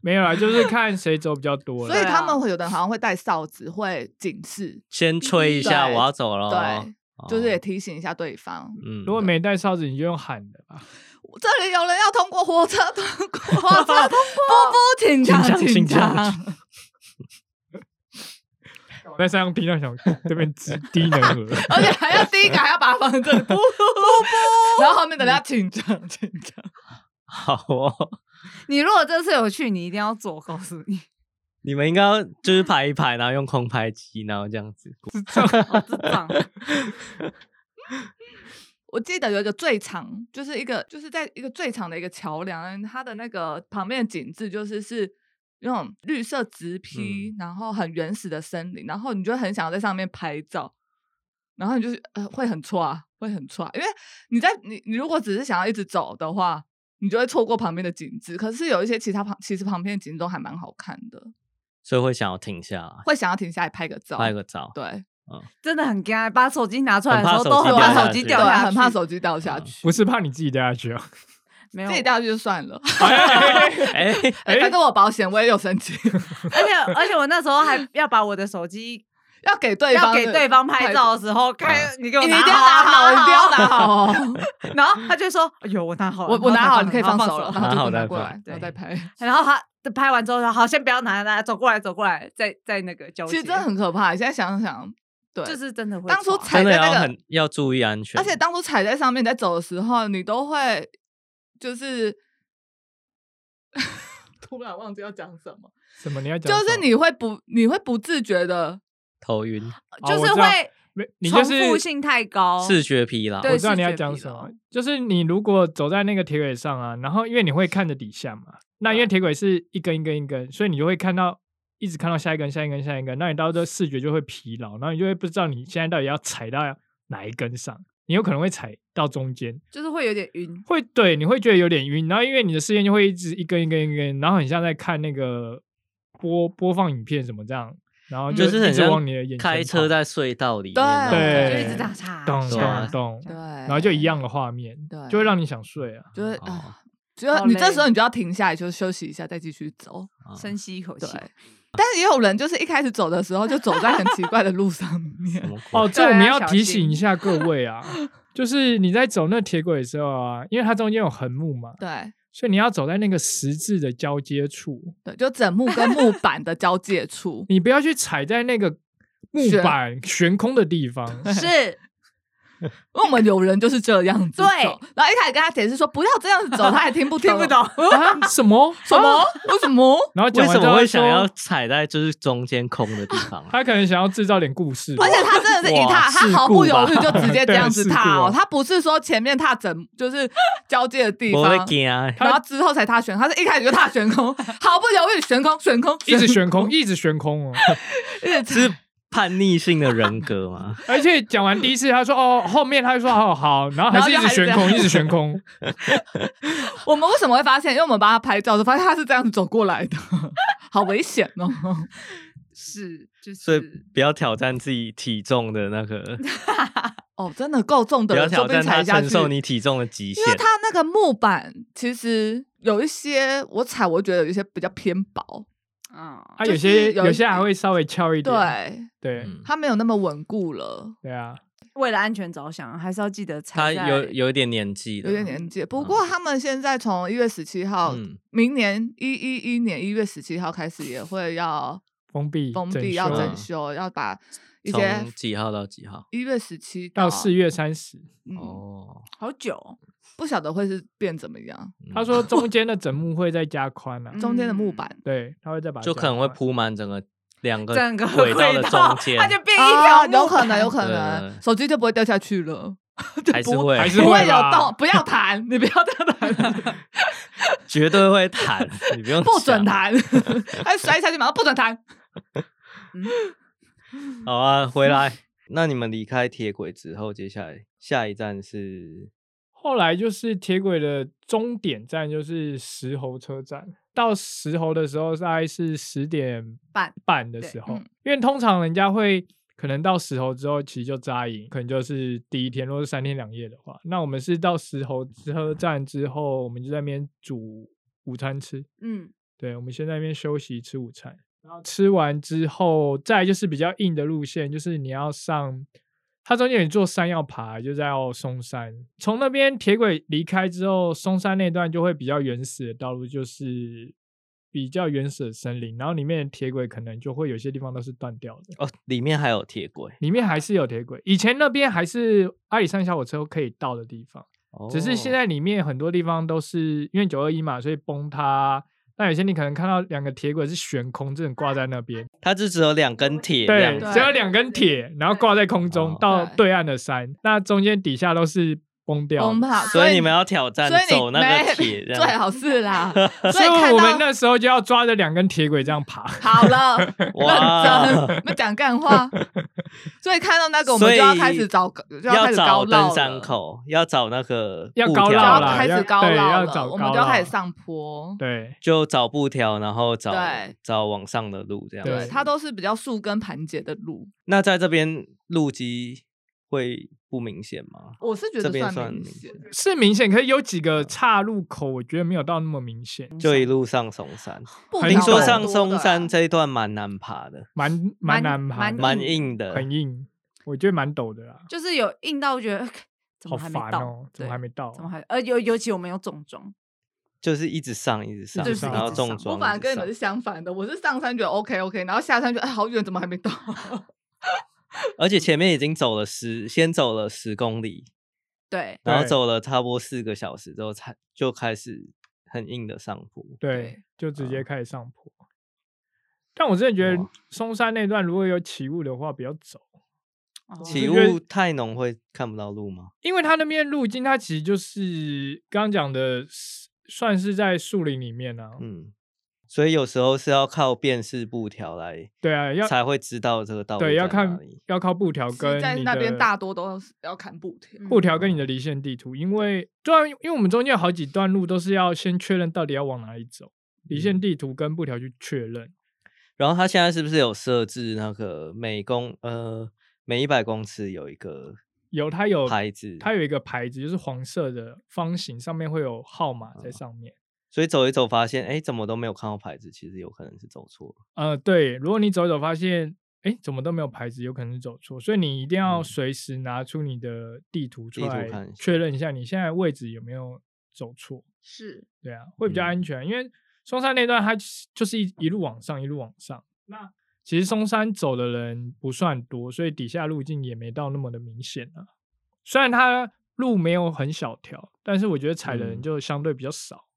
Speaker 4: 没有啦，就是看谁走比较多
Speaker 1: 所
Speaker 4: 了。
Speaker 1: 以
Speaker 2: 对
Speaker 1: 他
Speaker 2: 啊
Speaker 1: 们会有的人好像会带哨子，会警示，
Speaker 3: 先吹一下
Speaker 1: 对
Speaker 3: 我要走了哦，
Speaker 1: 对就是也
Speaker 3: 哦
Speaker 1: 提醒一下对方，
Speaker 3: 嗯，
Speaker 4: 如果没带哨子，你就用喊的吧。
Speaker 1: 这里有人要通过火车，通过火车，通
Speaker 2: 不不，
Speaker 3: 请
Speaker 2: 请长
Speaker 3: 上请上
Speaker 2: 长，
Speaker 4: 我在山上听到想这边直低能儿，
Speaker 1: 而且还要第一个还要把它放在这里，不不不，然后后面等他紧张紧张。
Speaker 3: 好哦，
Speaker 2: 你如果这次有去，你一定要做，我告诉你，
Speaker 3: 你们应该要就是排一排，然后用空拍机，然后这样子。
Speaker 2: 我知道。
Speaker 1: 我记得有一个最长，就是一个就是在一个最长的一个桥梁，它的那个旁边的景致就是是那种绿色植被，然后很原始的森林，然后你就很想要在上面拍照，然后你就是呃会很错啊，会很错、啊，因为你在你你如果只是想要一直走的话，你就会错过旁边的景致。可是有一些其他旁其实旁边的景都还蛮好看的，
Speaker 3: 所以会想要停下来
Speaker 1: 会想要停下来拍个照，
Speaker 3: 拍个照，
Speaker 1: 对
Speaker 2: 真的很尴尬，把手机拿出
Speaker 3: 很
Speaker 2: 来的时
Speaker 3: 怕
Speaker 2: 候都
Speaker 3: 手机
Speaker 2: 很
Speaker 3: 掉
Speaker 2: 怕
Speaker 3: 下
Speaker 2: 手机
Speaker 3: 去
Speaker 2: 掉
Speaker 1: 对啊
Speaker 2: 下去，
Speaker 1: 很怕手机掉下
Speaker 3: 嗯
Speaker 1: 去，
Speaker 4: 不是怕你自己掉下去哦。
Speaker 2: 没有
Speaker 1: 自己掉下去就算了。
Speaker 3: 哎，
Speaker 1: 哎、反正我保险我也有申请，
Speaker 2: 而且而且我那时候还要把我的手机
Speaker 1: 要给对
Speaker 2: 要
Speaker 1: 方
Speaker 2: 给对方拍照的时候，
Speaker 3: 啊
Speaker 2: 看你给
Speaker 1: 你
Speaker 2: 我
Speaker 1: 一定
Speaker 2: 拿
Speaker 1: 要
Speaker 2: 好，
Speaker 1: 拿好，你一定要拿
Speaker 2: 好。
Speaker 1: 好哦。
Speaker 2: 然后他就说：“哎呦，我拿好了，
Speaker 1: 我我拿好，
Speaker 2: 好，
Speaker 1: 你可以
Speaker 2: 放
Speaker 1: 放手了，然后
Speaker 2: 了。
Speaker 1: 就
Speaker 3: 拿好
Speaker 1: 拿
Speaker 3: 再
Speaker 1: 过
Speaker 3: 拍
Speaker 1: 来，然后
Speaker 2: 对
Speaker 1: 再拍。”
Speaker 2: 然后他拍完之后说：“好，先不要拿，拿走过来，走过来，再再那个交接。”
Speaker 1: 其实真的很可怕，现在想想，对，
Speaker 2: 就是真的会
Speaker 1: 当初
Speaker 2: 错
Speaker 1: 踩
Speaker 3: 真的
Speaker 1: 在
Speaker 3: 要
Speaker 1: 那
Speaker 3: 很
Speaker 1: 个，
Speaker 3: 要注意安全，
Speaker 1: 而且当初踩在上面你在走的时候，你都会就是 突然忘记要讲什么，
Speaker 4: 什么？你要讲
Speaker 1: 就
Speaker 4: 什么？
Speaker 1: 是你会不你会不自觉的，
Speaker 3: 头晕、
Speaker 4: 哦
Speaker 2: 就
Speaker 4: 我
Speaker 2: 是
Speaker 4: 知道
Speaker 2: 会
Speaker 4: 没，你就
Speaker 2: 重
Speaker 4: 是
Speaker 2: 复性太高，
Speaker 3: 视觉疲劳，
Speaker 2: 哦对
Speaker 4: 我知道
Speaker 2: 视
Speaker 4: 你要
Speaker 2: 觉
Speaker 4: 讲
Speaker 2: 疲
Speaker 4: 什么
Speaker 2: 劳，
Speaker 4: 就是你如果走在那个铁轨上啊，然后因为你会看着底下嘛，那因为铁轨是一根一根一根，所以你就会看到一直看到下一根、下一根、下一根，那你到时候视觉就会疲劳，然后你就会不知道你现在到底要踩到哪一根上，你有可能会踩到中间，
Speaker 2: 就是会有点晕。
Speaker 4: 会对你会觉得有点晕，然后因为你的视线就会一直一根一根一根，然后很像在看那个播播放影片什么这样，然后
Speaker 3: 嗯就是
Speaker 4: 一
Speaker 3: 很
Speaker 4: 直
Speaker 3: 像
Speaker 4: 往你的眼前
Speaker 3: 开车
Speaker 4: 跑
Speaker 3: 在隧道里面
Speaker 1: 对
Speaker 3: 那种感
Speaker 2: 就
Speaker 3: 觉，
Speaker 2: 一直
Speaker 4: 对
Speaker 2: 打叉
Speaker 4: 咚
Speaker 3: 对啊
Speaker 4: 咚咚，
Speaker 1: 对，然
Speaker 4: 然后就一，样的画面，
Speaker 1: 对
Speaker 4: 就会让你想睡啊。
Speaker 1: 就是
Speaker 3: 哦
Speaker 1: 啊，只有
Speaker 2: 好
Speaker 1: 你这时
Speaker 2: 累
Speaker 1: 候你就要停下来，就休息一下，再继续走。
Speaker 3: 啊
Speaker 2: 深吸一口气
Speaker 1: 对，，但是也有人就是一开始走的时候就走在很奇怪的路上
Speaker 3: 什
Speaker 1: 面，
Speaker 3: 么鬼
Speaker 4: 哦，这
Speaker 2: 对
Speaker 4: 我们
Speaker 2: 啊
Speaker 4: 要
Speaker 2: 小
Speaker 4: 提醒一
Speaker 2: 心
Speaker 4: 下各位啊，就是你在走那铁轨的时候啊，因为它中间有横木嘛，
Speaker 1: 对
Speaker 4: 所以你要走在那个十字的交接处，，
Speaker 1: 对，就整木跟木板的交界处
Speaker 4: 你不要去踩在那个木
Speaker 1: 悬
Speaker 4: 板悬空的 地方。
Speaker 2: 是
Speaker 1: 因为我们有人就是这样子走
Speaker 2: 对
Speaker 1: 然后一开始跟他解释说不要这样子走，他还听不
Speaker 2: 听不懂，
Speaker 4: 啊什么
Speaker 1: 什么？为什么？
Speaker 4: 然
Speaker 3: 为
Speaker 4: 后讲完
Speaker 3: 什
Speaker 4: 之
Speaker 3: 么
Speaker 4: 后
Speaker 3: 会
Speaker 4: 他
Speaker 3: 想要
Speaker 4: 说，
Speaker 3: 踩在就是中间空的地方啊？
Speaker 4: 他可能想要制造点故事吧，
Speaker 1: 而且他真的是一踏，
Speaker 3: 哇
Speaker 1: 他
Speaker 3: 事
Speaker 1: 毫不
Speaker 3: 故
Speaker 1: 犹
Speaker 3: 吧
Speaker 1: 豫就直接这样子踏哦，
Speaker 4: 对事故啊
Speaker 1: 他不是说前面踏整就是交界的地
Speaker 3: 我会
Speaker 1: 方，
Speaker 3: 惊啊！
Speaker 1: 然后之后才踏悬空，他是一开始就踏悬空，毫不犹豫悬空悬空，
Speaker 4: 一直悬空，一直悬空哦。
Speaker 1: 一直
Speaker 3: 是叛逆性的人格嘛？
Speaker 4: 而且讲完第一次，他说哦，后面他就说哦好，然后还
Speaker 1: 然后
Speaker 4: 是一
Speaker 1: 就
Speaker 4: 直
Speaker 1: 还是
Speaker 4: 悬
Speaker 1: 这
Speaker 4: 空，
Speaker 1: 样
Speaker 4: 一直 悬空。
Speaker 1: 我们为什么会发现？因为我们帮他拍照的时候，发现他是这样子走过来的， 好危险哦！
Speaker 2: 是就
Speaker 3: 所以
Speaker 2: 是
Speaker 3: 不要挑战自己体重的那个，
Speaker 1: 哦，真的够重
Speaker 3: 不
Speaker 1: 的
Speaker 3: 要
Speaker 1: 人，
Speaker 3: 挑
Speaker 1: 说不定
Speaker 3: 战他
Speaker 1: 踩下去。
Speaker 3: 承受你体重的极
Speaker 1: 因
Speaker 3: 限
Speaker 1: 为。它那个木板其实有一些我踩，我觉得有一些比较偏薄，
Speaker 2: 嗯，
Speaker 4: 啊，
Speaker 1: 就
Speaker 4: 有些
Speaker 1: 是有
Speaker 4: 有
Speaker 1: 一
Speaker 4: 些还会稍微翘一点。
Speaker 1: 对，
Speaker 4: 对
Speaker 3: 嗯
Speaker 1: 它没有那么稳固了，
Speaker 4: 对啊，
Speaker 2: 为了安全着想，还是要记得踩
Speaker 3: 他
Speaker 2: 在
Speaker 3: 有有一点年纪了，
Speaker 1: 有点年纪。不过他们现在从一月十七号，
Speaker 3: 嗯
Speaker 1: 明年一一一年一月十七号开始也会要
Speaker 4: 封闭
Speaker 1: 封
Speaker 4: 整
Speaker 1: 闭，要
Speaker 4: 修啊
Speaker 1: 整
Speaker 3: 整啊
Speaker 1: 修，要把一些
Speaker 3: 从几号到几号？
Speaker 1: 一月十七
Speaker 4: 到四，月三十。
Speaker 1: 嗯，
Speaker 3: 哦，
Speaker 2: 好久哦，
Speaker 1: 不晓得会是变怎么样，
Speaker 3: 嗯
Speaker 4: 他说 中间的枕木会再加宽啊，
Speaker 2: 嗯
Speaker 1: 中间的木板。
Speaker 4: 对，他会再把它
Speaker 3: 就
Speaker 4: 加
Speaker 3: 可能会
Speaker 4: 宽
Speaker 3: 铺满整个两
Speaker 4: 呃
Speaker 3: 个
Speaker 2: 整个
Speaker 3: 轨道的中 间，
Speaker 2: 它就变一
Speaker 1: 啊
Speaker 2: 条
Speaker 1: 有可能，有
Speaker 2: 可
Speaker 1: 可
Speaker 3: 对对
Speaker 1: 能，
Speaker 3: 对
Speaker 1: 手机就不会掉下去了，就
Speaker 3: 还是
Speaker 1: 不
Speaker 3: 会
Speaker 4: 还是
Speaker 1: 不会
Speaker 4: 会
Speaker 1: 有
Speaker 4: 吧
Speaker 1: 洞，不要弹，你不要再弹，
Speaker 3: 绝对会弹，你不用
Speaker 1: 不准
Speaker 3: 想。
Speaker 1: 弹，还摔下去马上不准弹。
Speaker 3: 好啊，回来。那你们离开铁轨之后，接下来下一站是
Speaker 4: 后来就是铁轨的终点站就是石猴车站，到石猴的时候大概是十点
Speaker 2: 半
Speaker 4: 半的
Speaker 2: 对
Speaker 4: 时候
Speaker 1: 嗯，
Speaker 4: 因为通常人家会可能到石猴之后其实就扎营，可能就是第一天，如果是三天两夜的话，那我们是到石猴车站之后，我们就在那边煮午餐吃，
Speaker 2: 嗯，
Speaker 4: 对，我们先在那边休息吃午餐，然后吃完之后，再来就是比较硬的路线，就是你要上，它中间有一座山要爬，就是要松山。从那边铁轨离开之后，松山那段就会比较原始的道路，就是比较原始的森林，然后里面的铁轨可能就会有些地方都是断掉的，
Speaker 3: 哦，里面还有铁轨，
Speaker 4: 里面还是有铁轨。以前那边还是阿里山小火车可以到的地方。只是现
Speaker 3: 哦
Speaker 4: 在里面很多地方都是因为九二一嘛，所以崩塌。那有些你可能看到两个铁轨是悬空，这种挂在那边，
Speaker 3: 它就只有两根铁这样
Speaker 4: 对
Speaker 3: 子，，
Speaker 4: 只有两根铁，然后挂在空中
Speaker 3: 哦
Speaker 4: 到
Speaker 1: 对
Speaker 4: 对岸的山，那中间底下都是崩掉
Speaker 1: 崩
Speaker 4: 的。
Speaker 1: 怕，
Speaker 3: 所以你们要挑战
Speaker 1: 所以你
Speaker 3: 走那
Speaker 1: 没
Speaker 3: 个 铁，这样
Speaker 1: 最好是 啦。所
Speaker 4: 所
Speaker 1: 以
Speaker 4: 以
Speaker 1: 看
Speaker 4: 我们
Speaker 1: 到
Speaker 4: 那时候就要抓着两根铁轨这样爬。
Speaker 1: 好了，
Speaker 3: 哇
Speaker 1: 认真，没讲干话。所以看到那个，我们
Speaker 3: 所
Speaker 1: 就
Speaker 3: 以
Speaker 1: 要开始找，就开
Speaker 3: 要
Speaker 1: 始
Speaker 3: 找
Speaker 1: 高
Speaker 3: 登
Speaker 1: 绕
Speaker 3: 山
Speaker 1: 了，
Speaker 3: 口，要找那个
Speaker 4: 要
Speaker 3: 布
Speaker 4: 高
Speaker 1: 就
Speaker 3: 条啊
Speaker 4: 绕
Speaker 1: 要
Speaker 4: 啦
Speaker 1: 开
Speaker 4: 要
Speaker 1: 始高
Speaker 4: 对
Speaker 1: 绕
Speaker 4: 要
Speaker 1: 了，
Speaker 4: 找
Speaker 1: 我们
Speaker 4: 高
Speaker 1: 就要开
Speaker 4: 绕
Speaker 1: 始上坡。
Speaker 4: 对
Speaker 3: 就找布条，然后找
Speaker 1: 对
Speaker 3: 找往上的路这样
Speaker 4: 对
Speaker 1: 对，
Speaker 3: 子。
Speaker 1: 它都是比较树根盘结的路，
Speaker 3: 那在这边路基会不明显吗？
Speaker 1: 我是觉
Speaker 3: 这
Speaker 1: 得
Speaker 3: 边
Speaker 1: 算明
Speaker 3: 明
Speaker 1: 显。
Speaker 4: 是明显，可是有几个岔路口，我觉得没有到那么明显，
Speaker 3: 就一路上松山，
Speaker 1: 不
Speaker 4: 很
Speaker 3: 听
Speaker 1: 少
Speaker 3: 说
Speaker 1: 蛮
Speaker 3: 上
Speaker 1: 多
Speaker 3: 松
Speaker 1: 的
Speaker 3: 山
Speaker 1: 啊
Speaker 3: 这一段蛮难爬的，
Speaker 4: 蛮
Speaker 2: 蛮
Speaker 4: 难爬的，
Speaker 3: 蛮硬的，
Speaker 4: 很硬，我觉得蛮陡的啦。
Speaker 2: 就是有硬到觉得 怎
Speaker 4: 好
Speaker 2: 么还没
Speaker 4: 烦
Speaker 2: 到，
Speaker 4: 哦，怎
Speaker 2: 对
Speaker 4: 么还没到？
Speaker 2: 怎么还呃尤尤其我们有重装，
Speaker 3: 就是一直上一直上，
Speaker 4: 就是
Speaker 3: 然后
Speaker 2: 一直
Speaker 3: 重
Speaker 2: 上
Speaker 3: 装。
Speaker 1: 我反而
Speaker 3: 一直
Speaker 1: 跟你们是
Speaker 3: 上
Speaker 1: 相反的，我是上山觉得 OK OK，然后下山觉得哎好远，怎么还 没到？
Speaker 3: 而且前面已经走了十，先走了十公里，
Speaker 2: 对，
Speaker 3: 然后
Speaker 4: 对
Speaker 3: 走了差不多四个小时之后，才就开始很硬的上坡。
Speaker 4: 对
Speaker 1: 对，
Speaker 4: 就直接
Speaker 3: 嗯
Speaker 4: 开始上坡。但我真的觉得
Speaker 3: 哇
Speaker 4: 松山那段如果有起雾的话，不要走，
Speaker 2: 哦
Speaker 3: 起
Speaker 4: 我是觉得
Speaker 3: 雾太浓会看不到路吗？
Speaker 4: 因为它那边路径它其实就是刚刚讲的，算是在树林里面啊。
Speaker 3: 嗯，所以有时候是要靠辨识布条来
Speaker 4: 对啊，要
Speaker 3: 才会知道这个道路
Speaker 4: 对要
Speaker 3: 在哪
Speaker 4: 看
Speaker 3: 里。
Speaker 4: 要靠布条跟
Speaker 1: 是在
Speaker 4: 你
Speaker 1: 那边
Speaker 4: 的
Speaker 1: 大多都是要看布条，
Speaker 2: 嗯
Speaker 4: 布条跟你的离线地图，因为对啊，因为我们中间有好几段路都是要先确认到底要往哪里走，离线地图跟布条去确认。
Speaker 3: 然后它现在是不是有设置那个每公呃每一百公尺有一个
Speaker 4: 有它有
Speaker 3: 牌子，
Speaker 4: 它有一个牌子，就是黄色的方形，上面会有号码在上面。
Speaker 3: 所以走一走发现，哎，怎么都没有看到牌子，其实有可能是走错了。
Speaker 4: 呃，对，如果你走一走发现，哎，怎么都没有牌子，有可能是走错，所以你一定要
Speaker 3: 嗯
Speaker 4: 随时拿出你的地图出
Speaker 3: 地图
Speaker 4: 来
Speaker 3: 看一下
Speaker 4: 确认一下你现在位置有没有走错。
Speaker 1: 是
Speaker 4: 对啊，会比较
Speaker 3: 嗯
Speaker 4: 安全，因为松山那段它就是就是一一路往上，一路往上。那其实松山走的人不算多，所以底下路径也没到那么的明显啊。虽然它路没有很小条，但是我觉得踩的人
Speaker 3: 嗯
Speaker 4: 就相对比较少。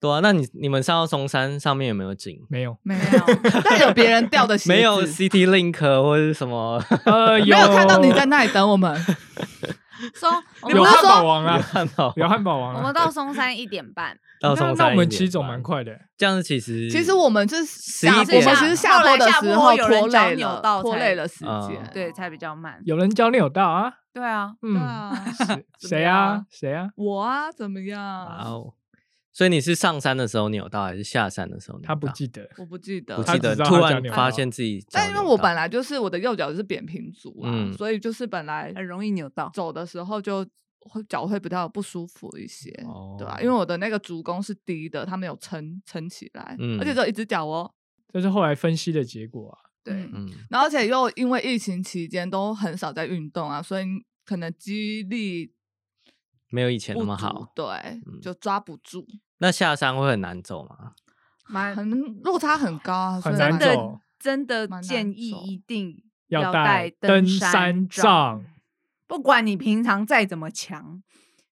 Speaker 3: 对啊，那你你们上到松山上面有没有 景？
Speaker 4: 没有，
Speaker 1: 没有，但有别人 掉的鞋子，
Speaker 3: 没有 E CT Link 或者是什么？
Speaker 4: 呃，
Speaker 1: 没有看到你在那里等我们。
Speaker 2: 松， 我们
Speaker 4: 有
Speaker 2: 到
Speaker 4: 汉堡
Speaker 2: 松，
Speaker 4: 王啊，
Speaker 3: 汉堡
Speaker 4: 有汉堡王
Speaker 2: 我
Speaker 4: 啊
Speaker 2: 们。到松山一点半，
Speaker 3: 到
Speaker 4: 那
Speaker 3: 松
Speaker 4: 那
Speaker 3: 山
Speaker 4: 我
Speaker 3: 一
Speaker 4: 们
Speaker 3: 点
Speaker 4: 其实走
Speaker 3: 半
Speaker 4: 蛮，快的欸。
Speaker 3: 这样子其实
Speaker 1: 其实我们就是下，我
Speaker 3: 11点
Speaker 1: 们其实下
Speaker 2: 后
Speaker 1: 坡
Speaker 2: 来
Speaker 1: 的
Speaker 2: 下
Speaker 1: 时
Speaker 2: 坡
Speaker 1: 候
Speaker 2: 有人
Speaker 1: 拖
Speaker 2: 教
Speaker 1: 累
Speaker 2: 扭
Speaker 1: 了，
Speaker 2: 到
Speaker 1: 拖
Speaker 2: 才
Speaker 1: 累了时
Speaker 3: 嗯
Speaker 1: 间。
Speaker 2: 对，才比较慢。
Speaker 4: 有人教你有到啊？
Speaker 2: 对啊，
Speaker 4: 嗯，
Speaker 1: 啊，
Speaker 2: 怎么
Speaker 4: 谁
Speaker 2: 样
Speaker 4: 啊
Speaker 2: 啊？
Speaker 4: 谁啊？
Speaker 1: 我啊，怎么
Speaker 4: 嗯
Speaker 3: 哇
Speaker 1: 样？
Speaker 3: 哦，所以你是上山的时候扭到，还是下山的时候扭到？
Speaker 4: 他不
Speaker 2: 嗯
Speaker 4: 记得。
Speaker 1: 我不记得，
Speaker 3: 不
Speaker 4: 他
Speaker 3: 记
Speaker 4: 只
Speaker 3: 得，
Speaker 4: 知道
Speaker 3: 突
Speaker 4: 他脚
Speaker 3: 然
Speaker 4: 扭
Speaker 3: 发
Speaker 4: 到
Speaker 3: 现自己脚扭到。
Speaker 1: 但因为我本来就是我的右脚就是扁平足啊，
Speaker 3: 嗯
Speaker 1: 所以就是本来
Speaker 2: 很容易扭到。
Speaker 1: 走的时候就会脚会比较不舒服一些，对吧、
Speaker 3: 哦
Speaker 1: 因为我的那个足弓是低的，它没有撑撑起来，而且
Speaker 3: 嗯
Speaker 1: 只有一只脚哦。
Speaker 4: 这是后来分析的结果啊。
Speaker 1: 对，
Speaker 2: 嗯
Speaker 3: 嗯，
Speaker 1: 然后而且又因为疫情期间都很少在运动啊，所以可能肌力
Speaker 3: 没有以前那
Speaker 1: 不
Speaker 3: 么
Speaker 1: 足
Speaker 3: 好。嗯
Speaker 1: 对，就抓不住，
Speaker 3: 那下山会很难走吗？
Speaker 2: 蛮
Speaker 1: 很落差很高啊，所
Speaker 4: 很
Speaker 1: 以蛮
Speaker 4: 难
Speaker 2: 真的
Speaker 4: 走
Speaker 2: 真的
Speaker 1: 蛮难
Speaker 2: 建议
Speaker 1: 走
Speaker 2: 一定
Speaker 4: 带
Speaker 2: 带
Speaker 4: 登
Speaker 2: 山
Speaker 4: 杖，
Speaker 2: 不管你平常再怎么强，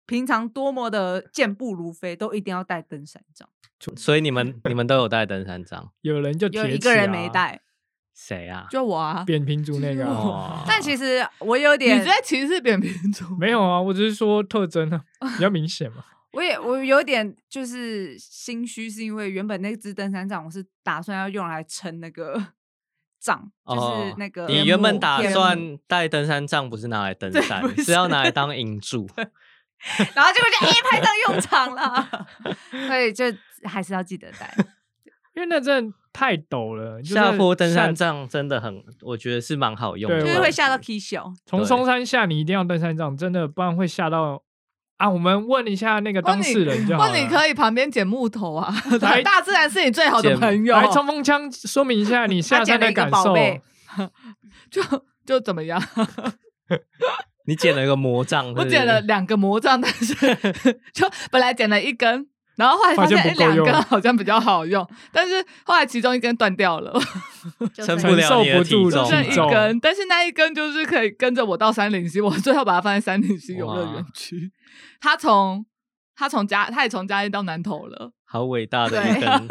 Speaker 2: 平常多么的健步如飞，都一定要带登山杖。
Speaker 3: 所以你们你们都有带登山杖？
Speaker 4: 有人就
Speaker 2: 有
Speaker 4: 铁
Speaker 2: 一个人
Speaker 4: 齿
Speaker 2: 没
Speaker 4: 啊，
Speaker 2: 带，
Speaker 3: 谁啊？
Speaker 1: 就我啊，
Speaker 4: 扁平足那个啊。
Speaker 3: 哦
Speaker 2: 但其实我有
Speaker 1: 你
Speaker 2: 点
Speaker 1: 是，在歧视扁平足？
Speaker 4: 没有啊，我只是说特征啊，比较明显 嘛。
Speaker 2: 我也我有点就是心虚，是因为原本那只登山杖我是打算要用来撑那个 杖，就是
Speaker 3: 哦
Speaker 2: 那个
Speaker 3: 你原本
Speaker 2: 木
Speaker 3: 打
Speaker 2: 天幕
Speaker 3: 算带登山杖，不是拿来登
Speaker 2: 对
Speaker 3: 山
Speaker 2: 不，
Speaker 3: 是要拿来当引柱。
Speaker 2: 然后结果就哎 派上用场了，所以就还是要记得 带。
Speaker 4: 因为那真的太陡了，就是
Speaker 3: 下坡登山
Speaker 4: 下，
Speaker 3: 杖真的很，我觉得是蛮好用
Speaker 4: 对
Speaker 3: 的，
Speaker 2: 就
Speaker 4: 我
Speaker 2: 是
Speaker 4: 也
Speaker 2: 会吓到 K 小，
Speaker 4: 从
Speaker 3: 对
Speaker 4: 松山下你一定要登山杖，真的，不然会吓到啊。我们问一下那个
Speaker 1: 或
Speaker 4: 当
Speaker 1: 你
Speaker 4: 事人就好
Speaker 1: 或
Speaker 4: 了。
Speaker 1: 你可以旁边捡木头啊，
Speaker 4: 来
Speaker 1: 大自然是你最好的
Speaker 3: 捡
Speaker 1: 朋友。
Speaker 4: 来冲锋枪说明一下你
Speaker 2: 哦他
Speaker 4: 下
Speaker 2: 捡
Speaker 4: 山
Speaker 2: 了
Speaker 4: 的
Speaker 2: 一个
Speaker 4: 感
Speaker 2: 宝
Speaker 4: 受。
Speaker 2: 贝，
Speaker 1: 就就怎么样？
Speaker 3: 你捡了一个魔杖是不
Speaker 1: 我
Speaker 3: 是，
Speaker 1: 捡了两个魔杖，但是 就本来捡了一根，然后后来
Speaker 4: 发
Speaker 1: 发现
Speaker 4: 现
Speaker 1: 哎
Speaker 4: 不够
Speaker 1: 两
Speaker 4: 用
Speaker 1: 根好像比较好用，但是后来其中一根断掉了，
Speaker 2: 就
Speaker 3: 撑
Speaker 2: 是
Speaker 3: 不
Speaker 4: 承
Speaker 3: 了
Speaker 4: 受
Speaker 3: 哦你的
Speaker 4: 不
Speaker 3: 体
Speaker 4: 住
Speaker 3: 重
Speaker 4: 了
Speaker 1: 只 剩一
Speaker 4: 重
Speaker 1: 根，但是那一根就是可以跟着我到山林溪，我最后把它放在山林溪游乐园
Speaker 3: 哇
Speaker 1: 区。它从它从嘉，它也从嘉义到南投了。
Speaker 3: 好伟大的
Speaker 2: 对
Speaker 3: 一根，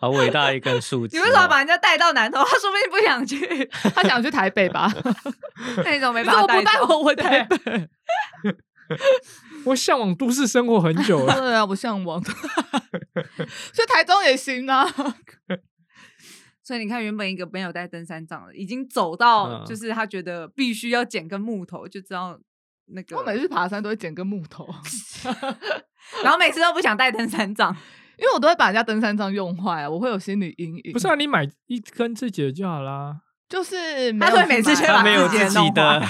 Speaker 3: 好伟大一根树枝
Speaker 2: 你
Speaker 3: 哦。
Speaker 2: 为什么要把人家带到南头？ 他说不定不想去，
Speaker 1: 他想去台北吧？
Speaker 2: 那你怎么没
Speaker 1: 你
Speaker 2: 把
Speaker 1: 怎么
Speaker 2: 他
Speaker 1: 不带
Speaker 2: 走
Speaker 1: 我回台北？
Speaker 4: 我向往都市生活很久了，
Speaker 1: 对啊，我向往。 所以台中也行啊。
Speaker 2: 所以你看，原本一个没有带登山杖的，已经走到
Speaker 3: 嗯
Speaker 2: 就是他觉得必须要捡根木头，就知道那个
Speaker 1: 我，每次爬山都会捡根木头，
Speaker 2: 然后每次都不想带登山杖，
Speaker 1: 因为我都会把人家登山杖用坏、啊，我会有心理阴影。
Speaker 4: 不是啊？你买一根自己的就好啦。
Speaker 1: 就是没
Speaker 2: 他
Speaker 1: 有
Speaker 2: 会每
Speaker 1: 去
Speaker 2: 次
Speaker 1: 买
Speaker 2: 先
Speaker 3: 他
Speaker 2: 把
Speaker 3: 没有
Speaker 2: 自己
Speaker 3: 自己
Speaker 2: 的弄
Speaker 3: 的，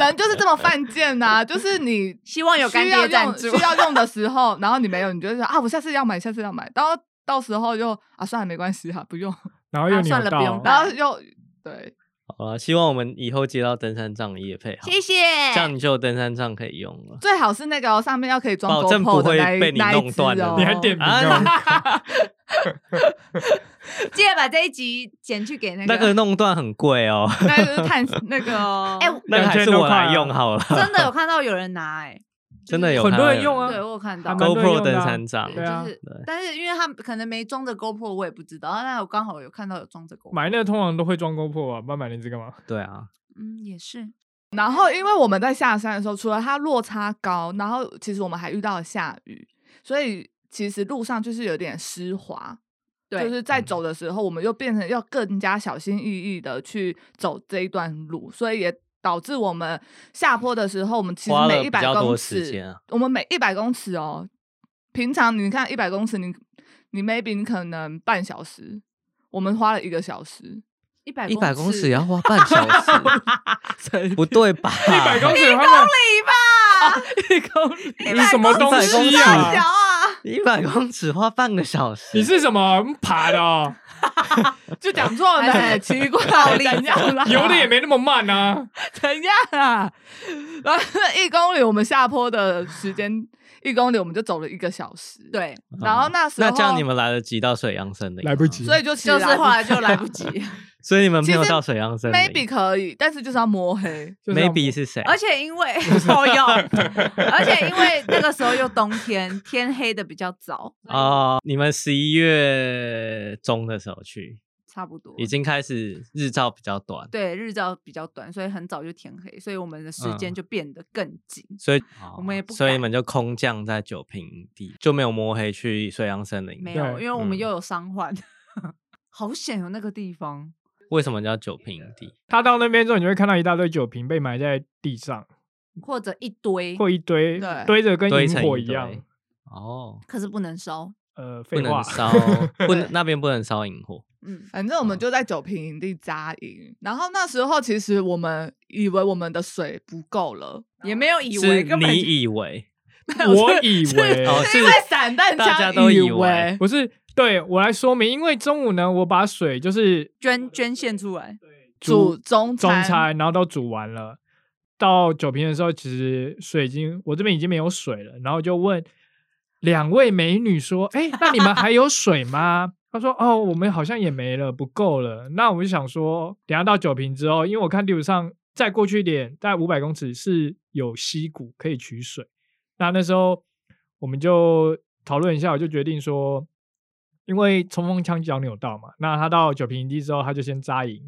Speaker 1: 人就是这么犯贱呐、就是你
Speaker 2: 希 望有干
Speaker 1: 需要
Speaker 2: 爹赞
Speaker 1: 用
Speaker 2: 助
Speaker 1: 需。 要用的时候，然后你没有，你就说啊，我下次要买，下次要买，然后到时候又啊，算了，没关系哈、不
Speaker 3: 哦
Speaker 1: 用，
Speaker 4: 然后又
Speaker 2: 啊
Speaker 4: 扭
Speaker 2: 算了不用
Speaker 4: 到，
Speaker 1: 然后又对，
Speaker 3: 好了，希望我们以后接到登山杖也配好，
Speaker 2: 谢谢，
Speaker 3: 这样你就有登山杖可以用了。
Speaker 1: 最好是那个、哦、上面要可以装
Speaker 3: 保证
Speaker 1: GoPro
Speaker 3: 不
Speaker 1: 的
Speaker 3: 会
Speaker 1: 那一
Speaker 3: 被你
Speaker 1: 那一
Speaker 3: 弄
Speaker 1: 只
Speaker 3: 断的
Speaker 1: 哦，
Speaker 4: 你还点名哦。
Speaker 3: 啊，
Speaker 2: 记得把这一集剪去给那
Speaker 3: 那个
Speaker 2: 个。
Speaker 3: 弄断很贵哦，
Speaker 1: 那个是碳那个哦、
Speaker 2: 哎、
Speaker 3: 那个还
Speaker 4: 2000
Speaker 3: 是
Speaker 4: 多
Speaker 3: 我
Speaker 4: 块
Speaker 3: 来
Speaker 4: 啊
Speaker 3: 用好 了。
Speaker 2: 真的有看到有人拿哎、
Speaker 3: 真的有
Speaker 4: 很多
Speaker 3: 看到
Speaker 4: 人用啊
Speaker 2: 对我有看到
Speaker 4: 还。蛮多人
Speaker 3: GoPro
Speaker 4: 用的
Speaker 3: 登
Speaker 4: 啊
Speaker 3: 山杖，
Speaker 4: 对啊
Speaker 2: 就是
Speaker 3: 对，
Speaker 2: 但是因为他们可能没装着 GoPro，我也不知道。但我刚好有看到有装着 GoPro，
Speaker 4: 买那个通常都会装 GoPro 啊，不然买那只干嘛？
Speaker 3: 对啊，
Speaker 2: 嗯，也是。
Speaker 1: 然后，因为我们在下山的时候，除了它落差高，然后其实我们还遇到了下雨，所以其实路上就是有点湿滑。
Speaker 2: 对
Speaker 1: 就是在走的时候，我们又变成要更加小心翼翼的去走这一段路，所以也导致我们下坡的时候，我们其
Speaker 3: 花
Speaker 1: 实
Speaker 3: 了
Speaker 1: 每一
Speaker 3: 比
Speaker 1: 百
Speaker 3: 较
Speaker 1: 公
Speaker 3: 多时
Speaker 1: 尺，
Speaker 3: 间啊。
Speaker 1: 我们每一百公尺哦，平常你看一百公尺你，你 maybe 你可能半小时。我们花了一个小时，
Speaker 2: 一百
Speaker 3: 一百公尺也
Speaker 2: 呀，
Speaker 3: 要花半小时，不对吧？一
Speaker 4: 一百公尺，他
Speaker 2: 公
Speaker 4: 们
Speaker 2: 里吧，
Speaker 1: 一公里
Speaker 4: 你什么东西
Speaker 2: 大小
Speaker 4: 啊？
Speaker 2: 啊，
Speaker 3: 一百公尺花半个小时，嗯
Speaker 4: 你是什么爬的哦？
Speaker 1: 就讲错了
Speaker 2: 还
Speaker 1: 呢，
Speaker 2: 是
Speaker 1: 奇怪，
Speaker 2: 道理
Speaker 1: 怎样 啦？
Speaker 4: 游的也没那么 慢啊。
Speaker 1: 怎样啊？ 然后一公里我们下坡的时间，一公里我们就走了一个小时。，
Speaker 2: 对，
Speaker 1: 然后那时候
Speaker 3: 那这样你们来得及到水漾森林？
Speaker 4: 来不及
Speaker 1: 所以就起
Speaker 2: 就
Speaker 1: 来
Speaker 2: 是啊后来就来不 及，
Speaker 3: 所以你们没有
Speaker 1: 其实
Speaker 3: 到水漾森林。
Speaker 1: maybe 可以，但是就是要摸黑。
Speaker 4: 就是要
Speaker 3: maybe 是谁？
Speaker 2: 而且因为 哦哟，而且因为那个时候又冬天，天黑的比较早，
Speaker 3: 哦，你们十一月中的时候去，
Speaker 2: 差不多
Speaker 3: 已经开始日照比较短，
Speaker 2: 对日照比较短，所以很早就天黑，所以我们的时间
Speaker 3: 嗯
Speaker 2: 就变得更紧。
Speaker 3: 所以哦
Speaker 2: 我们也不
Speaker 3: 所以
Speaker 2: 敢
Speaker 3: 你们就空降在九平地，就没有摸黑去水漾森林。
Speaker 2: 没有，因
Speaker 4: 对
Speaker 2: 为我们
Speaker 3: 嗯
Speaker 2: 又有伤患， 好险有那个地方。
Speaker 3: 为什么叫九平地？
Speaker 4: 他到那边之后，你就会看到一大堆酒瓶被埋在地上，
Speaker 2: 或者一堆，
Speaker 4: 或一堆
Speaker 1: 对
Speaker 4: 堆着跟
Speaker 3: 堆
Speaker 4: 萤
Speaker 3: 成
Speaker 4: 火
Speaker 3: 一
Speaker 4: 一样
Speaker 3: 堆。哦，
Speaker 2: 可是不能烧。
Speaker 4: 呃，废
Speaker 3: 不能
Speaker 4: 话，
Speaker 3: 烧， 不能那边不能烧萤火。
Speaker 2: 嗯，
Speaker 1: 反正我们就在九平营地扎营，然后那时候其实我们以为我们的水不够了，
Speaker 2: 也没有以
Speaker 3: 是
Speaker 2: 为根本就
Speaker 3: 你以为
Speaker 4: 我以为
Speaker 3: 哦，
Speaker 1: 因
Speaker 3: 是
Speaker 1: 为散弹
Speaker 3: 大家
Speaker 1: 枪
Speaker 3: 都以
Speaker 1: 以
Speaker 3: 为
Speaker 4: 不是，对我来说明，因为中午呢，我把水就是
Speaker 2: 捐捐献出来，
Speaker 1: 煮中
Speaker 4: 中
Speaker 1: 餐
Speaker 4: 餐，然后都煮完了。到酒瓶的时候，其实水已经我这边已经没有水了，然后就问两位美女说：“哎、那你们 还有水吗？”她说：“哦，我们好像也没了，不够了。”那我就想说，等一下到酒瓶之后，因为我看地图上再过去一点，大概五百公尺是有溪谷可以取水。那那时候我们就讨论一下，我就决定说，因为冲锋枪脚扭到嘛，那他到九平营地之后，他就先扎营，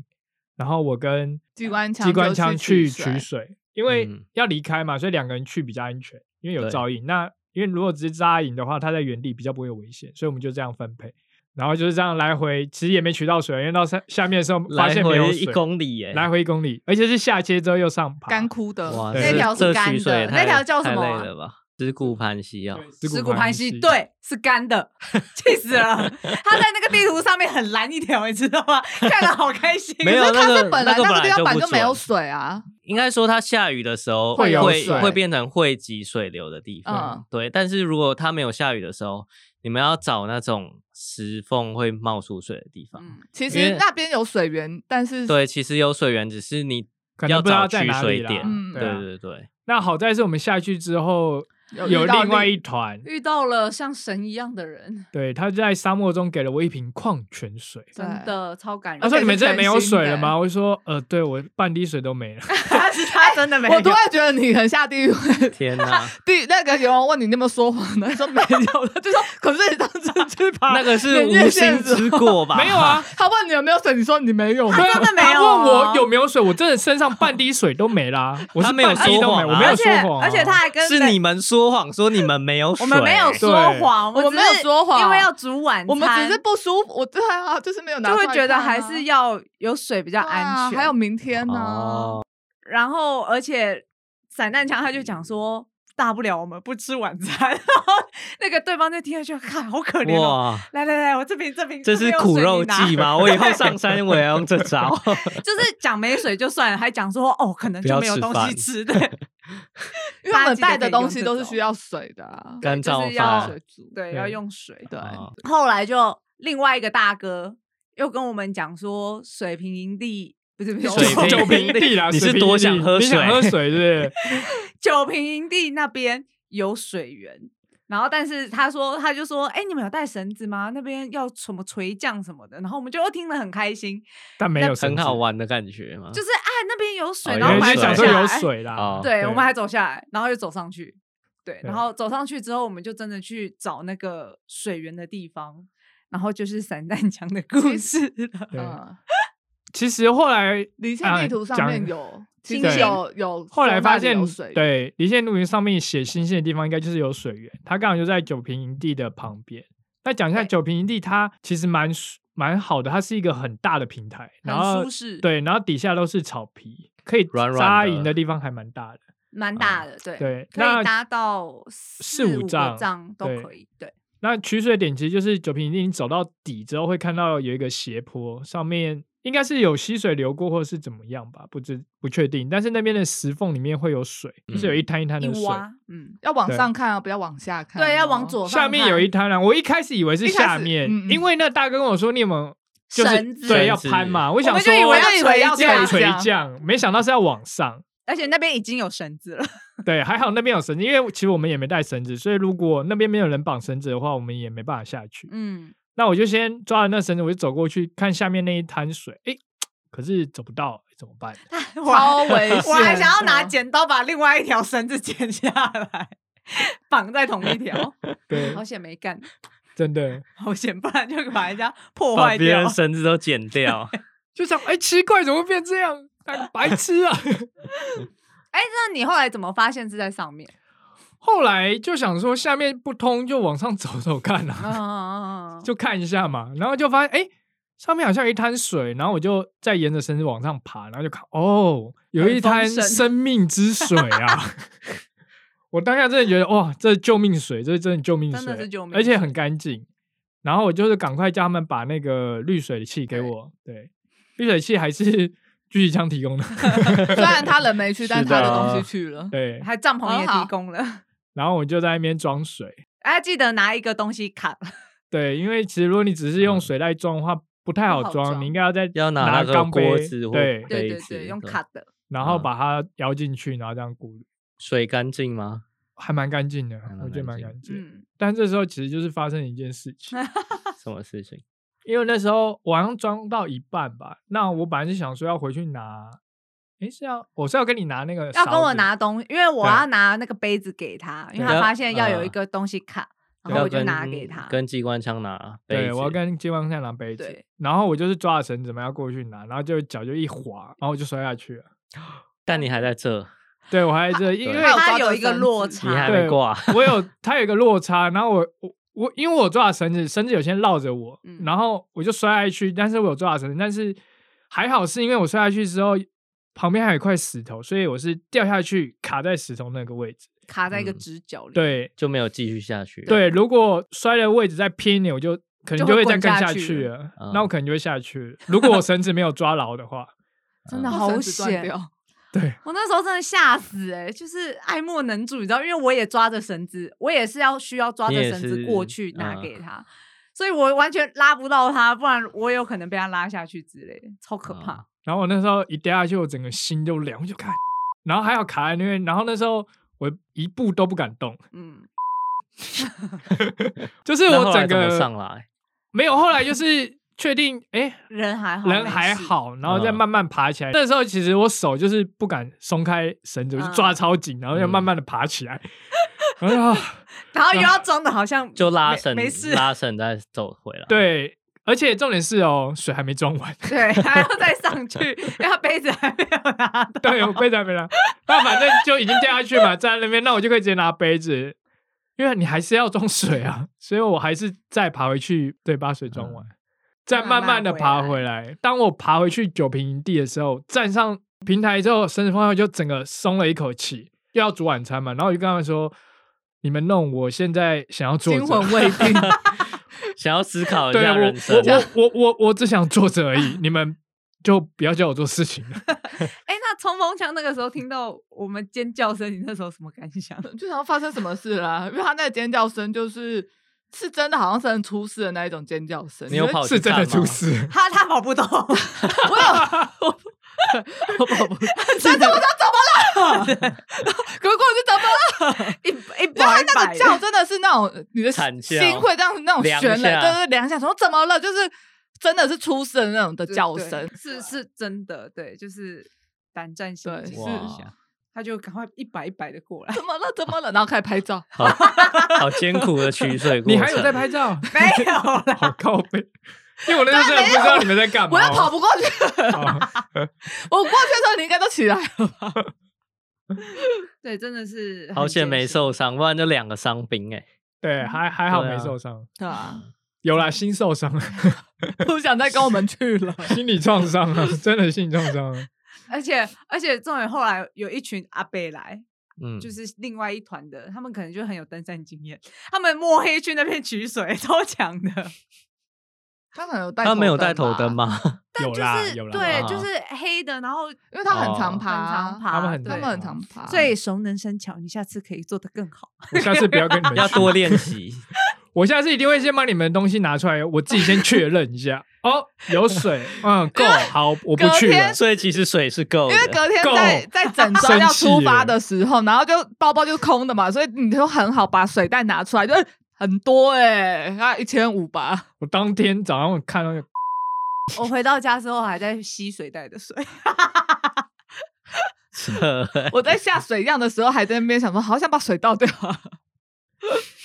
Speaker 4: 然后我跟
Speaker 1: 机关枪
Speaker 4: 机关
Speaker 1: 就
Speaker 4: 枪
Speaker 1: 去
Speaker 4: 去
Speaker 1: 取水
Speaker 4: 取水，因为
Speaker 3: 嗯
Speaker 4: 要离开嘛，所以两个人去比较安全，因为有
Speaker 3: 对
Speaker 4: 噪音。那因为如果只是扎营的话，他在原地比较不会有危险，所以我们就这样分配。然后就是这样来回，其实也没取到水，因为到下下面的时候发
Speaker 3: 来
Speaker 4: 现没有
Speaker 3: 回
Speaker 4: 水，
Speaker 3: 一公里耶，
Speaker 4: 来回一公里，而且是下切之后又上爬，
Speaker 1: 干枯的，
Speaker 3: 哇，
Speaker 4: 那
Speaker 3: 这
Speaker 2: 条是
Speaker 3: 这
Speaker 2: 干
Speaker 3: 取水
Speaker 2: 的
Speaker 3: 也
Speaker 2: 那
Speaker 3: 太
Speaker 2: 条叫什
Speaker 3: 太
Speaker 2: 么
Speaker 3: 累
Speaker 2: 啊
Speaker 3: 了吧？尸骨盘溪啊，
Speaker 2: 尸骨
Speaker 4: 骨
Speaker 2: 盘
Speaker 4: 溪
Speaker 2: 溪，，对，是干的，气死了！他在那个地图上面很蓝一条，你知道吗？看得好开心。
Speaker 3: 没有
Speaker 1: 可是它
Speaker 3: 那
Speaker 1: 是
Speaker 3: 个
Speaker 1: 本来
Speaker 3: 那个
Speaker 1: 那
Speaker 3: 本
Speaker 1: 个
Speaker 3: 来
Speaker 1: 地方
Speaker 3: 就
Speaker 1: 本
Speaker 3: 不
Speaker 1: 来就没有
Speaker 3: 准
Speaker 1: 水啊，
Speaker 3: 应该说它下雨的时候
Speaker 4: 会有
Speaker 3: 会
Speaker 4: 水
Speaker 3: 会变成汇集水流的地方。
Speaker 1: 嗯
Speaker 3: 对，但是如果它没有下雨的时候，你们要找那种石缝会冒出水的地方。
Speaker 2: 嗯，
Speaker 1: 其
Speaker 3: 因
Speaker 1: 实
Speaker 3: 为
Speaker 1: 那边有水源，但是
Speaker 3: 对，其实有水源，只是你
Speaker 4: 可能
Speaker 3: 要
Speaker 4: 不知道
Speaker 3: 找
Speaker 4: 在
Speaker 3: 取
Speaker 4: 哪里
Speaker 3: 水
Speaker 4: 啦
Speaker 3: 点。
Speaker 1: 嗯
Speaker 3: 对
Speaker 4: 对啊
Speaker 3: 对对，
Speaker 4: 那好在是我们下去之后
Speaker 1: 有
Speaker 4: 有
Speaker 1: 遇到
Speaker 4: 另外
Speaker 1: 另
Speaker 4: 一团，
Speaker 2: 遇到了像神一样的人，
Speaker 4: 对，他在沙漠中给了我一瓶矿泉水。
Speaker 2: 真的超感人。
Speaker 4: 他说：“你们这里没有水
Speaker 1: 而
Speaker 4: 了
Speaker 1: 且是全新
Speaker 4: 吗？”
Speaker 1: 的
Speaker 4: 我就说：“呃，对我半滴水都 没了。
Speaker 2: 他是他哎真的没有
Speaker 1: 我突然觉得你很下地狱会
Speaker 3: 天哪，
Speaker 1: 地那个有人问你你有没有说谎呢？你说没有， 他就说可是你当
Speaker 3: 啊
Speaker 1: 时去爬
Speaker 3: 那个是
Speaker 1: 连
Speaker 3: 无
Speaker 1: 夜
Speaker 3: 心
Speaker 1: 线索
Speaker 3: 之过吧？
Speaker 4: 没有啊，
Speaker 1: 他问你有没有水，你说你没 有。
Speaker 4: 对啊
Speaker 2: 真的没有
Speaker 4: 他问
Speaker 2: 啊
Speaker 4: 我有没有水，我真的身上半滴水都没 啦。我是
Speaker 3: 他没有
Speaker 4: 半滴都
Speaker 3: 说
Speaker 4: 没，
Speaker 3: 谎啊
Speaker 4: 我没有
Speaker 2: 而
Speaker 4: 说
Speaker 2: 且
Speaker 4: 谎啊、
Speaker 2: 而且他还 跟
Speaker 3: 是你们说谎说你们没有水，
Speaker 2: 我们没有说谎，
Speaker 1: 对
Speaker 2: 们
Speaker 1: 我们没有说谎
Speaker 2: 因为要煮晚餐，
Speaker 1: 我们只是不舒服，我对啊，就是没有拿
Speaker 2: 就
Speaker 1: 出来
Speaker 2: 会
Speaker 1: 看啊，
Speaker 2: 觉得还是要有水比较
Speaker 1: 对啊
Speaker 2: 安全。
Speaker 1: 还有明天呢
Speaker 3: 哦，，
Speaker 2: 然后而且散弹枪他就讲说，大不了我们不吃晚餐。 然后那个对方在听了就看好可怜哦。
Speaker 3: 哇，
Speaker 2: 来来来，我这边这边
Speaker 3: 这是苦肉计？吗？我以后上山我也要用这招。
Speaker 2: 边有水你拿 就是讲没水就算了，还讲说哦，可能
Speaker 3: 不
Speaker 2: 就
Speaker 3: 要
Speaker 2: 没有
Speaker 3: 吃
Speaker 2: 东
Speaker 3: 饭
Speaker 2: 西吃的。对
Speaker 1: 因为我们
Speaker 2: 大
Speaker 1: 带
Speaker 2: 家记得可
Speaker 1: 的
Speaker 2: 以用
Speaker 1: 东西都是
Speaker 2: 这种
Speaker 1: 需要水的啊，
Speaker 3: 干
Speaker 2: 就
Speaker 3: 燥
Speaker 2: 是要
Speaker 3: 饭
Speaker 1: 水煮，
Speaker 2: 对，
Speaker 4: 对啊
Speaker 2: 要用水。
Speaker 1: 对，嗯
Speaker 3: 哦
Speaker 2: 后来就另外一个大哥又跟我们讲说，水平营地不是不是
Speaker 1: 水平
Speaker 4: 酒瓶 地啦，
Speaker 3: 你是
Speaker 4: 水瓶
Speaker 3: 多
Speaker 4: 地
Speaker 3: 想喝
Speaker 4: 你想
Speaker 3: 水
Speaker 4: 喝水对
Speaker 2: 九平营地那边有水源，然后但是他说他就说，哎、你们有带绳子吗？那边要什么垂降什么的，然后我们就又听了很开心，
Speaker 4: 但没有绳
Speaker 3: 很
Speaker 4: 子
Speaker 3: 好，玩的感觉嘛，
Speaker 2: 就是啊那边有水，
Speaker 3: 哦
Speaker 2: 然后我
Speaker 4: 有
Speaker 2: 们
Speaker 4: 人
Speaker 2: 还
Speaker 4: 在想
Speaker 2: 走下
Speaker 4: 说
Speaker 2: 来，
Speaker 4: 有水啦。
Speaker 3: 哦
Speaker 2: 对我们还走下来，然后又走上去。对，
Speaker 4: 对
Speaker 2: 然后走上去之后，我们就真的去找那个水源的地方，然后就是散弹枪的故事了。
Speaker 4: 对
Speaker 1: 嗯，
Speaker 4: 其实后来
Speaker 1: 离线地图上面
Speaker 4: 啊讲
Speaker 1: 有，其
Speaker 4: 对
Speaker 1: 实有有，
Speaker 4: 后来发现
Speaker 1: 有水，，
Speaker 4: 对离线露营上面写新鲜的地方应该就是有水源，它刚好就在九平营地的旁边。那讲一下
Speaker 2: 对
Speaker 4: 九平营地，它其实蛮舒蛮好的，它是一个很大的平台， 然
Speaker 2: 很
Speaker 4: 后
Speaker 2: 舒适
Speaker 4: 对，然后底下都是草皮，可以
Speaker 3: 软软
Speaker 4: 扎
Speaker 3: 的
Speaker 4: 营的地方还蛮大的。
Speaker 2: 蛮大的，对
Speaker 4: 啊对
Speaker 2: 可
Speaker 4: 那
Speaker 2: 以搭到
Speaker 4: 四五
Speaker 2: 五
Speaker 4: 丈
Speaker 2: 张都
Speaker 4: 对
Speaker 2: 可以，对，
Speaker 4: 那取水点其实就是九平一定走到底之后会看到有一个斜坡，上面应该是有溪水流过或者是怎么样吧，不知不确定。但是那边的石缝里面会有水，就是有一滩一滩的水
Speaker 2: 一，挖，
Speaker 1: 嗯，要往
Speaker 4: 对
Speaker 1: 上看啊，不要往下看哦。
Speaker 2: 对，要往左
Speaker 4: 下
Speaker 2: 上
Speaker 4: 面
Speaker 2: 看
Speaker 4: 有一滩啊。我一开始以为是
Speaker 1: 一开始
Speaker 4: 下面，
Speaker 1: 嗯嗯
Speaker 4: 因为那大哥跟我说你们就是
Speaker 2: 绳子，
Speaker 4: 对
Speaker 3: 绳
Speaker 4: 要
Speaker 3: 子
Speaker 4: 攀嘛，我
Speaker 2: 我
Speaker 4: 想
Speaker 2: 们
Speaker 4: 说
Speaker 2: 就以为要垂
Speaker 1: 要
Speaker 2: 降
Speaker 4: 要
Speaker 1: 降
Speaker 4: 垂
Speaker 1: 降
Speaker 4: 降，没想到是要往上。
Speaker 2: 而且那边已经有绳子了，
Speaker 4: 对，还好那边有绳子，因为其实我们也没带绳子，所以如果那边没有人绑绳子的话，我们也没办法下去。
Speaker 2: 嗯，
Speaker 4: 那我就先抓着那绳子，我就走过去看下面那一滩水，诶，可是走不到，怎么办？
Speaker 2: 我
Speaker 1: 超
Speaker 2: 还
Speaker 1: 危险的。
Speaker 2: 我还想要拿剪刀把另外一条绳子剪下来，绑在同一 条，
Speaker 4: 对
Speaker 2: 好，险没干，
Speaker 4: 真的
Speaker 2: 好险，不然就把人家 破
Speaker 3: 把
Speaker 2: 坏
Speaker 3: 别
Speaker 2: 掉
Speaker 3: 人。绳子都剪 掉，
Speaker 4: 就想，诶，奇怪，怎么会变这样？哎白痴啊！
Speaker 2: 哎，那你后来怎么发现是在上面？
Speaker 4: 后来就想说下面不通，就往上走走看啊，
Speaker 2: 嗯，
Speaker 4: 就看一下嘛，然后就发现，诶，上面好像有一滩水，然后我就再沿着绳子往上爬，然后就看，哦，有一滩
Speaker 2: 很丰盛
Speaker 4: 生命之水 啊！我当下真的觉得，哇，这是救命水，这是真的救命水，
Speaker 2: 真的是救命
Speaker 4: 而且
Speaker 2: 水
Speaker 4: 很干净。然后我就是赶快叫他们把那个滤水器给
Speaker 2: 对
Speaker 4: 我，对，滤水器还是狙击枪提 供的，
Speaker 1: 虽然他人没 去，但
Speaker 3: 是
Speaker 1: 他的
Speaker 3: 的
Speaker 1: 东西去了。
Speaker 4: 对。
Speaker 2: 还帐篷也
Speaker 1: 很好
Speaker 2: 提供了，
Speaker 4: 然后我就在那边装水，
Speaker 2: 哎，记得拿一个东西卡。
Speaker 4: 对，因为其实如果你只是用水袋装的话，不太
Speaker 2: 嗯不
Speaker 4: 好
Speaker 2: 好
Speaker 4: 装，
Speaker 2: 装
Speaker 4: 你应该要再
Speaker 3: 要拿
Speaker 4: 拿
Speaker 3: 那个
Speaker 4: 钢
Speaker 3: 锅
Speaker 4: 杯
Speaker 3: 子或
Speaker 4: 对，
Speaker 2: 对
Speaker 3: 杯
Speaker 2: 对
Speaker 3: 子
Speaker 2: 对，用
Speaker 3: 对
Speaker 2: 卡的，
Speaker 4: 然后
Speaker 3: 嗯
Speaker 4: 把它摇进去，然后这样鼓励，
Speaker 3: 水干净吗？
Speaker 4: 还蛮干净的
Speaker 3: 还，蛮
Speaker 4: 我觉得蛮
Speaker 3: 干净
Speaker 4: 干净。
Speaker 2: 嗯，
Speaker 4: 但这时候其实就是发生一件事 情，
Speaker 3: 什么事情？
Speaker 4: 因为那时候我好像装到一半吧，那我本来是想说要回去拿，诶，是要我是要跟你拿那个，
Speaker 2: 要跟我，拿东西，因为我
Speaker 3: 啊
Speaker 4: 对
Speaker 2: 要拿那个杯子给他，因为他
Speaker 3: 要
Speaker 2: 发现要有一
Speaker 3: 呃
Speaker 2: 个东西卡，然
Speaker 3: 要
Speaker 2: 后我就
Speaker 3: 跟
Speaker 2: 拿给他。
Speaker 3: 跟机关枪拿杯
Speaker 4: 对
Speaker 3: 子。
Speaker 4: 我要跟金光下拿杯子
Speaker 2: 对，
Speaker 4: 然后我就是抓着绳子嘛要过去拿，然后就脚就一滑，然后我就摔下去了。
Speaker 3: 但你还在这，
Speaker 4: 对我还 这，因
Speaker 3: 对
Speaker 4: 为
Speaker 1: 还有
Speaker 2: 他
Speaker 1: 抓
Speaker 2: 有
Speaker 1: 着
Speaker 2: 一个
Speaker 1: 绳
Speaker 2: 落
Speaker 1: 子
Speaker 2: 差
Speaker 3: 你，还
Speaker 4: 对
Speaker 3: 没挂，
Speaker 4: 我有它有一个落差，然后我我我因为我抓的绳子，绳子有些绕着我，
Speaker 2: 嗯
Speaker 4: 然后我就摔下去，但是我有抓的绳子，但是还好是因为我摔下去之后，旁边还有一块石头，所以我是掉下去卡在石头那个位置。
Speaker 2: 卡在一个
Speaker 3: 嗯
Speaker 2: 直角里。
Speaker 4: 对
Speaker 3: 就没有继续下去。，
Speaker 4: 对，如果摔的位置再偏一点，我就可能
Speaker 2: 就
Speaker 4: 就会
Speaker 2: 会
Speaker 4: 再
Speaker 2: 滚
Speaker 4: 更
Speaker 2: 下
Speaker 4: 下
Speaker 2: 去
Speaker 4: 去了，
Speaker 3: 嗯
Speaker 4: 那我可能就会下去了。如果我绳子没有抓牢的话，
Speaker 2: 真的
Speaker 1: 或
Speaker 2: 好
Speaker 1: 绳子断
Speaker 2: 险
Speaker 1: 掉
Speaker 4: 对
Speaker 2: 我那时候真的吓死哎、就是爱莫能助，你知道，因为我也抓着绳子，我也是要需要抓
Speaker 3: 你
Speaker 2: 着
Speaker 3: 也
Speaker 2: 绳子
Speaker 3: 是
Speaker 2: 过去拿
Speaker 3: 嗯
Speaker 2: 给他，所以我完全拉不到他，不然我有可能被他拉下去之类的，超可怕。
Speaker 3: 嗯
Speaker 4: 然后我那时候一掉下去，我整个心就凉，我就看，然后还有卡在那边，然后那时候我一步都不敢动。
Speaker 2: 嗯，
Speaker 4: 就是
Speaker 3: 那后
Speaker 4: 我整
Speaker 3: 来怎么
Speaker 4: 个
Speaker 3: 上哦来？
Speaker 4: 没有，后来就是确定，哎、
Speaker 2: 人还好，
Speaker 4: 人
Speaker 2: 没
Speaker 4: 还
Speaker 2: 事，
Speaker 4: 好，然后再
Speaker 3: 嗯
Speaker 4: 慢慢爬起来。那时候其实我手就是不敢松开绳
Speaker 2: 嗯
Speaker 4: 子，我就抓得超紧，
Speaker 3: 嗯
Speaker 4: 然后就慢慢的爬起来。 然后就啊
Speaker 2: 然后又要装的好像
Speaker 3: 就拉
Speaker 2: 没
Speaker 3: 绳，
Speaker 2: 没事，
Speaker 3: 拉绳再走回来。，
Speaker 4: 对，而且重点是哦，水还没装完，
Speaker 2: 对，还要再上去，因为他杯子还没有拿 到。
Speaker 4: 对我杯子还没拿，那反正就已经掉下去嘛，站在那边，那我就可以直接拿杯子，因为你还是要装水啊， 所以我还是再爬回去，对，把水装完，再慢慢的爬回来。当我爬回去九平营地的时候，站上平台之后，生日饭后就整个松了一口气，又要煮晚餐嘛，然后我就跟他们说。你们弄，我现在想要坐
Speaker 1: 惊魂
Speaker 4: 着。
Speaker 1: 未 定，
Speaker 3: 想要思 考一
Speaker 4: 对
Speaker 3: 下
Speaker 4: 我
Speaker 3: 啊人生。
Speaker 4: 我我我我我只想坐着而已，你们就不要叫我做事情了。
Speaker 2: 哎、那冲锋枪那个时候听到我们尖叫声，你那时候什么感想？
Speaker 1: 就想要发生什么事啦、因为他那个尖叫声就是是真的，好像是人出事的那一种尖叫声。
Speaker 3: 你有
Speaker 1: 会
Speaker 3: 跑
Speaker 4: 是
Speaker 3: 去
Speaker 4: 真
Speaker 3: 看吗
Speaker 4: 的出事。
Speaker 2: 他他跑不动，
Speaker 1: 我有，我我跑步，但是我说怎么了？可是过去怎么了？
Speaker 2: 一一
Speaker 1: 因为他
Speaker 2: 百
Speaker 1: 啊
Speaker 2: 一
Speaker 1: 那
Speaker 2: 百
Speaker 1: 个
Speaker 2: 的
Speaker 1: 叫真的是那种你的
Speaker 3: 惨叫
Speaker 1: 心会这样那种
Speaker 3: 凉
Speaker 1: 悬了，
Speaker 3: 下
Speaker 1: 就是凉下，说怎么了？就是真的是出事的那种的
Speaker 2: 对
Speaker 1: 叫
Speaker 2: 对
Speaker 1: 声。
Speaker 2: 是是真的，对，就是胆战心
Speaker 1: 对
Speaker 2: 惊
Speaker 1: 是
Speaker 2: 一
Speaker 3: 哇
Speaker 4: 哦
Speaker 2: 下，他就赶快一百一百的过 来，
Speaker 1: 怎么了？怎么了？然后开始拍照，
Speaker 3: 好好艰苦的取水过
Speaker 4: 你
Speaker 3: 程。
Speaker 4: 还有在拍照？
Speaker 2: 没有啦，
Speaker 4: 好靠背，因为我那时候真的不知道你们在干嘛。
Speaker 1: 啊我又跑不过去，
Speaker 4: 哦
Speaker 1: 我过去的时候你应该都起来了吧？
Speaker 2: 对，真的是
Speaker 3: 好
Speaker 2: 很
Speaker 3: 险
Speaker 2: 艰
Speaker 3: 没
Speaker 2: 辛，
Speaker 3: 受伤，不然就两个伤兵哎、
Speaker 4: 对，还还好
Speaker 3: 对
Speaker 4: 没
Speaker 3: 啊
Speaker 4: 受伤，
Speaker 1: 对啊，
Speaker 4: 有啦，心受伤，
Speaker 1: 不想再跟我们去了。
Speaker 4: 心理创 伤啊，真的心理创伤啊。
Speaker 2: 而且而且重点后来有一群阿伯来，
Speaker 3: 嗯，
Speaker 2: 就是另外一团的，他们可能就很有登山经验，他们摸黑去那边取水， 超强的。
Speaker 1: 他可能有带
Speaker 3: 他没有带
Speaker 1: 头
Speaker 3: 头灯
Speaker 1: 吧？
Speaker 3: 吗？
Speaker 2: 但
Speaker 4: 有
Speaker 2: 就
Speaker 4: 啦
Speaker 2: 是
Speaker 4: 有啦
Speaker 2: 对，就
Speaker 3: 啊
Speaker 2: 是黑的，然后
Speaker 1: 因为他很常
Speaker 3: 哦
Speaker 1: 爬，
Speaker 2: 很常爬嗯
Speaker 4: 他们很
Speaker 2: 对
Speaker 1: 他们很常爬，
Speaker 2: 所以熟能生巧，你下次可以做得更 好。
Speaker 4: 我下次不要跟你们
Speaker 3: 要
Speaker 4: 去
Speaker 3: 多练习。
Speaker 4: 我下次一定会先把你们的东西拿出来，我自己先确认一下。哦，有水，嗯， 够好，我不
Speaker 1: 隔
Speaker 4: 去了
Speaker 1: 天。
Speaker 3: 所以其实水是够的
Speaker 1: 因为。隔天在
Speaker 4: 够
Speaker 1: 在整装要
Speaker 4: 生气
Speaker 1: 出发
Speaker 4: 耶
Speaker 1: 的时候，然后就包包就空的嘛，所以你就很好把水袋拿出来，就哎很多哎、欸，大概一千五吧。
Speaker 4: 我当天早上我看到那个，
Speaker 2: 我回到家之后还在吸水袋的水，
Speaker 1: 我在下水样的时候还在那边想说，好想把水倒掉、啊。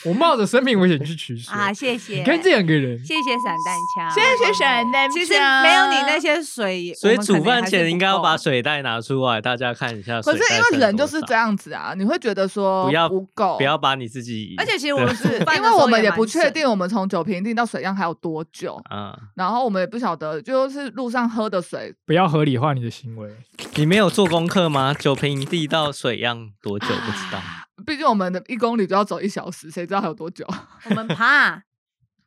Speaker 4: 我冒着生命危险去取水。
Speaker 2: 啊，谢谢。
Speaker 4: 你看这两个人，
Speaker 2: 谢谢散弹枪，
Speaker 1: 谢谢散弹
Speaker 2: 其实没有你
Speaker 1: 枪
Speaker 2: 那些水，
Speaker 3: 所以
Speaker 2: 我们
Speaker 3: 煮
Speaker 2: 可能
Speaker 3: 饭
Speaker 2: 还是
Speaker 3: 前
Speaker 2: 不
Speaker 3: 应该要
Speaker 2: 够啊
Speaker 3: 把水袋拿出来，大家看一下
Speaker 1: 啊可
Speaker 3: 水袋
Speaker 1: 是
Speaker 3: 剩多少。
Speaker 1: 因为人就是这样子啊，你会觉得说
Speaker 3: 不要
Speaker 1: 不够，
Speaker 3: 不要把你自己。
Speaker 2: 而且其实
Speaker 3: 啊
Speaker 2: 我们煮
Speaker 1: 是
Speaker 2: 饭的
Speaker 1: 因
Speaker 2: 时
Speaker 1: 为
Speaker 2: 候
Speaker 1: 我们也
Speaker 2: 蛮
Speaker 1: 不确
Speaker 2: 省
Speaker 1: 定我们从酒瓶定到水样还有多久，
Speaker 3: 啊，
Speaker 1: 然后我们也不晓得就是路上喝的水
Speaker 4: 不要合理化你的行为。
Speaker 3: 你没有做功课吗？酒瓶地到水样多久不知道？
Speaker 1: 毕竟我们的一公里就要走一小时，谁知道还有多久？
Speaker 2: 我们怕啊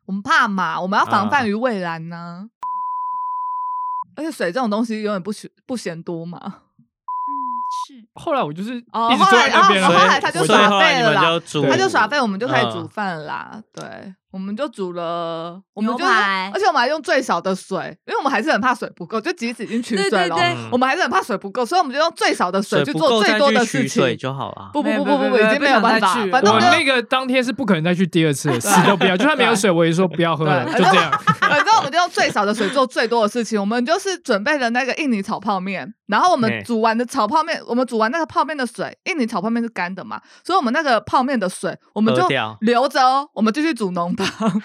Speaker 1: 我们怕嘛，我们要防
Speaker 3: 啊
Speaker 1: 范于未然呢、而且水这种东西永远不嫌不嫌多嘛。
Speaker 2: 是
Speaker 4: 后来我就是一直
Speaker 1: 哦
Speaker 4: 坐在那边了。
Speaker 1: 后
Speaker 3: 所以
Speaker 1: 来他就
Speaker 4: 我
Speaker 3: 所以
Speaker 1: 耍
Speaker 3: 后来
Speaker 1: 废了
Speaker 3: 你
Speaker 1: 啦
Speaker 3: 们就煮，
Speaker 1: 他就耍废，我们就可以
Speaker 3: 嗯
Speaker 1: 煮饭啦。对，我们就煮了，我们
Speaker 2: 牛
Speaker 1: 就是
Speaker 2: 排
Speaker 1: 而且我们还用最少的水，因为我们还是很怕水不够，就即使已经取
Speaker 2: 对
Speaker 1: 水
Speaker 2: 对
Speaker 1: 了，
Speaker 2: 对
Speaker 3: 嗯
Speaker 1: 我们还是很怕水不够，所以我们就用最少的
Speaker 3: 水
Speaker 1: 去
Speaker 3: 不
Speaker 1: 做
Speaker 3: 够
Speaker 1: 最
Speaker 3: 再
Speaker 1: 多
Speaker 3: 去
Speaker 1: 的
Speaker 3: 取
Speaker 1: 事
Speaker 3: 水
Speaker 1: 情。
Speaker 3: 就好了。
Speaker 1: 不不
Speaker 2: 没有
Speaker 1: 不
Speaker 2: 没有
Speaker 1: 不
Speaker 2: 没
Speaker 1: 不，
Speaker 2: 有
Speaker 1: 已经
Speaker 2: 不
Speaker 1: 没有
Speaker 2: 想
Speaker 1: 办
Speaker 2: 再
Speaker 1: 法
Speaker 2: 去，了
Speaker 1: 反正
Speaker 4: 我
Speaker 1: 就
Speaker 4: 那个当天是不可能再去第二 次，死都不要。就算没有水，我也说不要喝了，
Speaker 1: 对
Speaker 4: 就这 样。
Speaker 1: 反正我们就用最少的水做最多的事情。我们就是准备了那个印尼炒泡面，然后我们
Speaker 3: 嗯
Speaker 1: 煮完的炒泡面，我们煮完那个泡面的水，印尼炒泡面是干的嘛，所以我们那个泡面的水我们就
Speaker 3: 喝掉
Speaker 1: 留着哦，我们继续煮浓 汤，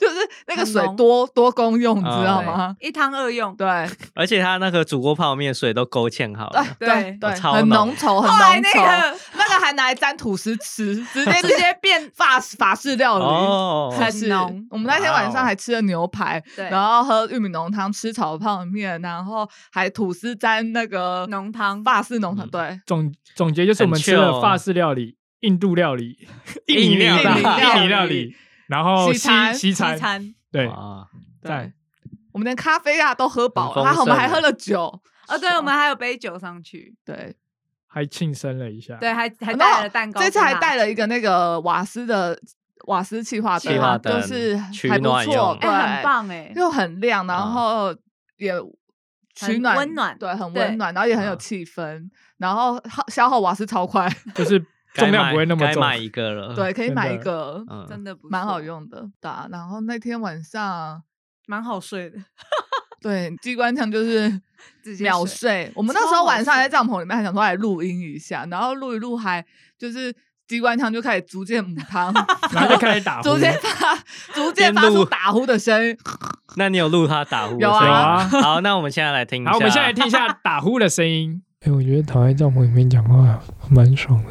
Speaker 1: 就是那个
Speaker 2: 很
Speaker 1: 水
Speaker 2: 浓
Speaker 1: 多多功用，你知道
Speaker 3: 哦
Speaker 1: 吗？
Speaker 2: 一汤二用。
Speaker 1: 对
Speaker 3: 而且他那个煮过泡面水都勾芡好了，
Speaker 1: 对对
Speaker 2: 对
Speaker 1: 对，
Speaker 3: 超
Speaker 1: 很
Speaker 3: 浓
Speaker 1: 浓稠， 很
Speaker 2: 后来
Speaker 1: 浓
Speaker 2: 那
Speaker 1: 稠。
Speaker 2: 个
Speaker 1: 那个还拿来沾吐司吃，直接
Speaker 2: 直接变
Speaker 1: 法法式料理。
Speaker 3: 哦
Speaker 1: 才
Speaker 2: 很
Speaker 1: 是
Speaker 2: 浓
Speaker 1: 我们那天晚
Speaker 3: 哇
Speaker 1: 上
Speaker 3: 哦
Speaker 1: 还吃了牛排，
Speaker 2: 对
Speaker 1: 然后喝玉米浓汤，吃炒泡面，然后还吐司沾那个
Speaker 2: 浓汤
Speaker 1: 法式浓汤，
Speaker 3: 嗯
Speaker 1: 对，
Speaker 4: 总总结就是我们吃
Speaker 3: 啊
Speaker 4: 了法式料理、印度料理、 印尼料
Speaker 1: 印尼料
Speaker 4: 理、
Speaker 1: 理
Speaker 4: 印尼料理，然后
Speaker 1: 西
Speaker 4: 西
Speaker 1: 餐
Speaker 4: 西
Speaker 2: 西
Speaker 4: 餐，
Speaker 2: 餐，
Speaker 4: 对，
Speaker 3: 啊，
Speaker 4: 在
Speaker 1: 我们连咖啡啊都喝饱了，
Speaker 3: 丰
Speaker 1: 然后我们
Speaker 3: 盛
Speaker 1: 还
Speaker 3: 欸
Speaker 1: 喝了酒，
Speaker 2: 哦，对，我们还有杯酒上去，
Speaker 1: 对，
Speaker 4: 还庆生了一
Speaker 3: 啊
Speaker 4: 下。
Speaker 2: 对，还还
Speaker 1: 然
Speaker 2: 带
Speaker 1: 后
Speaker 2: 了蛋糕给
Speaker 1: 哦这
Speaker 2: 他，
Speaker 1: 次还带了一个那个瓦斯的瓦斯气化
Speaker 2: 气
Speaker 1: 灯
Speaker 2: 化
Speaker 1: 啊，就
Speaker 3: 灯
Speaker 1: 是
Speaker 3: 取
Speaker 1: 还不
Speaker 3: 暖
Speaker 1: 错
Speaker 3: 用，
Speaker 2: 哎，很
Speaker 1: 对，
Speaker 2: 棒哎，
Speaker 1: 又很亮，然
Speaker 3: 啊
Speaker 1: 后也。取
Speaker 2: 很
Speaker 1: 暖，
Speaker 2: 温暖
Speaker 1: 对，很
Speaker 2: 对
Speaker 1: 温暖，然后也很有
Speaker 3: 啊
Speaker 1: 气氛，然后耗消耗瓦斯超快，
Speaker 3: 嗯
Speaker 4: 就是重量不会那么
Speaker 3: 该
Speaker 4: 重。
Speaker 3: 买一个了。
Speaker 1: 对，，可以
Speaker 4: 真
Speaker 1: 买
Speaker 4: 的
Speaker 1: 一个，
Speaker 3: 嗯，
Speaker 2: 真的不
Speaker 1: 蛮好
Speaker 2: 错，
Speaker 1: 用的，对啊。然后那天晚上，
Speaker 2: 蛮好睡的，
Speaker 1: 对机关枪 就是
Speaker 2: 直接
Speaker 1: 秒
Speaker 2: 睡
Speaker 1: 睡。我们那时
Speaker 2: 超
Speaker 1: 候
Speaker 2: 好
Speaker 1: 晚上还在
Speaker 2: 睡
Speaker 1: 帐篷里面，还想说来录音一下，然后录一录还就是机关枪就开始逐渐母汤，
Speaker 4: 然后就开始打呼
Speaker 1: 逐渐发逐渐
Speaker 3: 边
Speaker 1: 发出
Speaker 3: 录
Speaker 1: 打呼的声音。
Speaker 3: 那你有录他打呼？
Speaker 1: 有啊
Speaker 3: 是吗
Speaker 4: 有
Speaker 3: 好，那我们现在来听一下。
Speaker 4: 好，我们现在来听一下打呼的声音。哎、我觉得躺在帐篷里面讲话蛮爽的。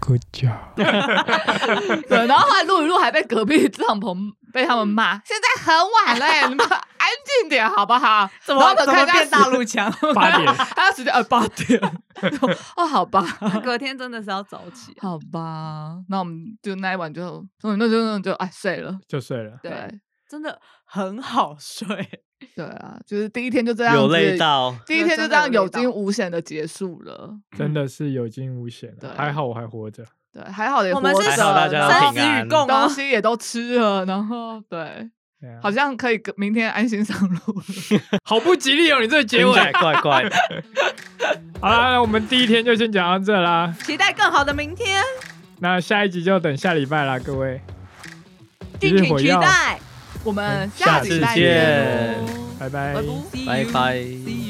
Speaker 4: Good job。
Speaker 1: 对，然后后来录一录还被隔壁帐篷被
Speaker 2: 嗯
Speaker 1: 他们骂，现在很晚了、欸，你 们安静点好不好？
Speaker 2: 怎
Speaker 1: 然
Speaker 2: 么
Speaker 1: 后我
Speaker 2: 怎
Speaker 1: 们
Speaker 2: 么
Speaker 1: 看看
Speaker 2: 变大陆腔？
Speaker 4: 八点
Speaker 1: 他时间呃八点， 哦，好吧。
Speaker 2: 隔天真的是要早起，啊
Speaker 1: 好吧，那我们就那一晚就，嗯，那就那就哎睡了。
Speaker 4: 就睡了。
Speaker 1: 对
Speaker 2: 真的很好睡，
Speaker 1: 对啊，就是第一天就这样子，
Speaker 3: 有累到，
Speaker 1: 第一天就这
Speaker 2: 真的有
Speaker 1: 样有
Speaker 2: 累到
Speaker 1: 惊无险的结束了。
Speaker 4: 真的是有惊无险
Speaker 1: 对
Speaker 4: 了，还好我还活着。
Speaker 1: 对，还好也
Speaker 2: 我们是
Speaker 1: 活着
Speaker 3: 还好大家
Speaker 1: 然
Speaker 3: 都
Speaker 1: 后
Speaker 2: 生死
Speaker 3: 平安
Speaker 2: 与共啊
Speaker 1: 东，西也都吃了，然后 对，
Speaker 4: 对啊
Speaker 1: 好像可以跟明天安心上路了。
Speaker 4: 好不吉利哦，你这个结
Speaker 3: 听起来
Speaker 4: 尾。
Speaker 3: 怪怪的。
Speaker 4: 好啦，那我们第一天就先讲到这啦，
Speaker 2: 期待更好的明天，
Speaker 4: 那下一集就等下礼拜啦，各位，
Speaker 2: 敬
Speaker 4: 日
Speaker 2: 请
Speaker 4: 火
Speaker 2: 期
Speaker 4: 药
Speaker 2: 待。
Speaker 1: 我们
Speaker 4: 下
Speaker 1: 下
Speaker 4: 次
Speaker 1: 礼拜
Speaker 3: 嗯见
Speaker 1: 喽
Speaker 4: 拜拜。
Speaker 3: 哎拜拜。
Speaker 2: See you.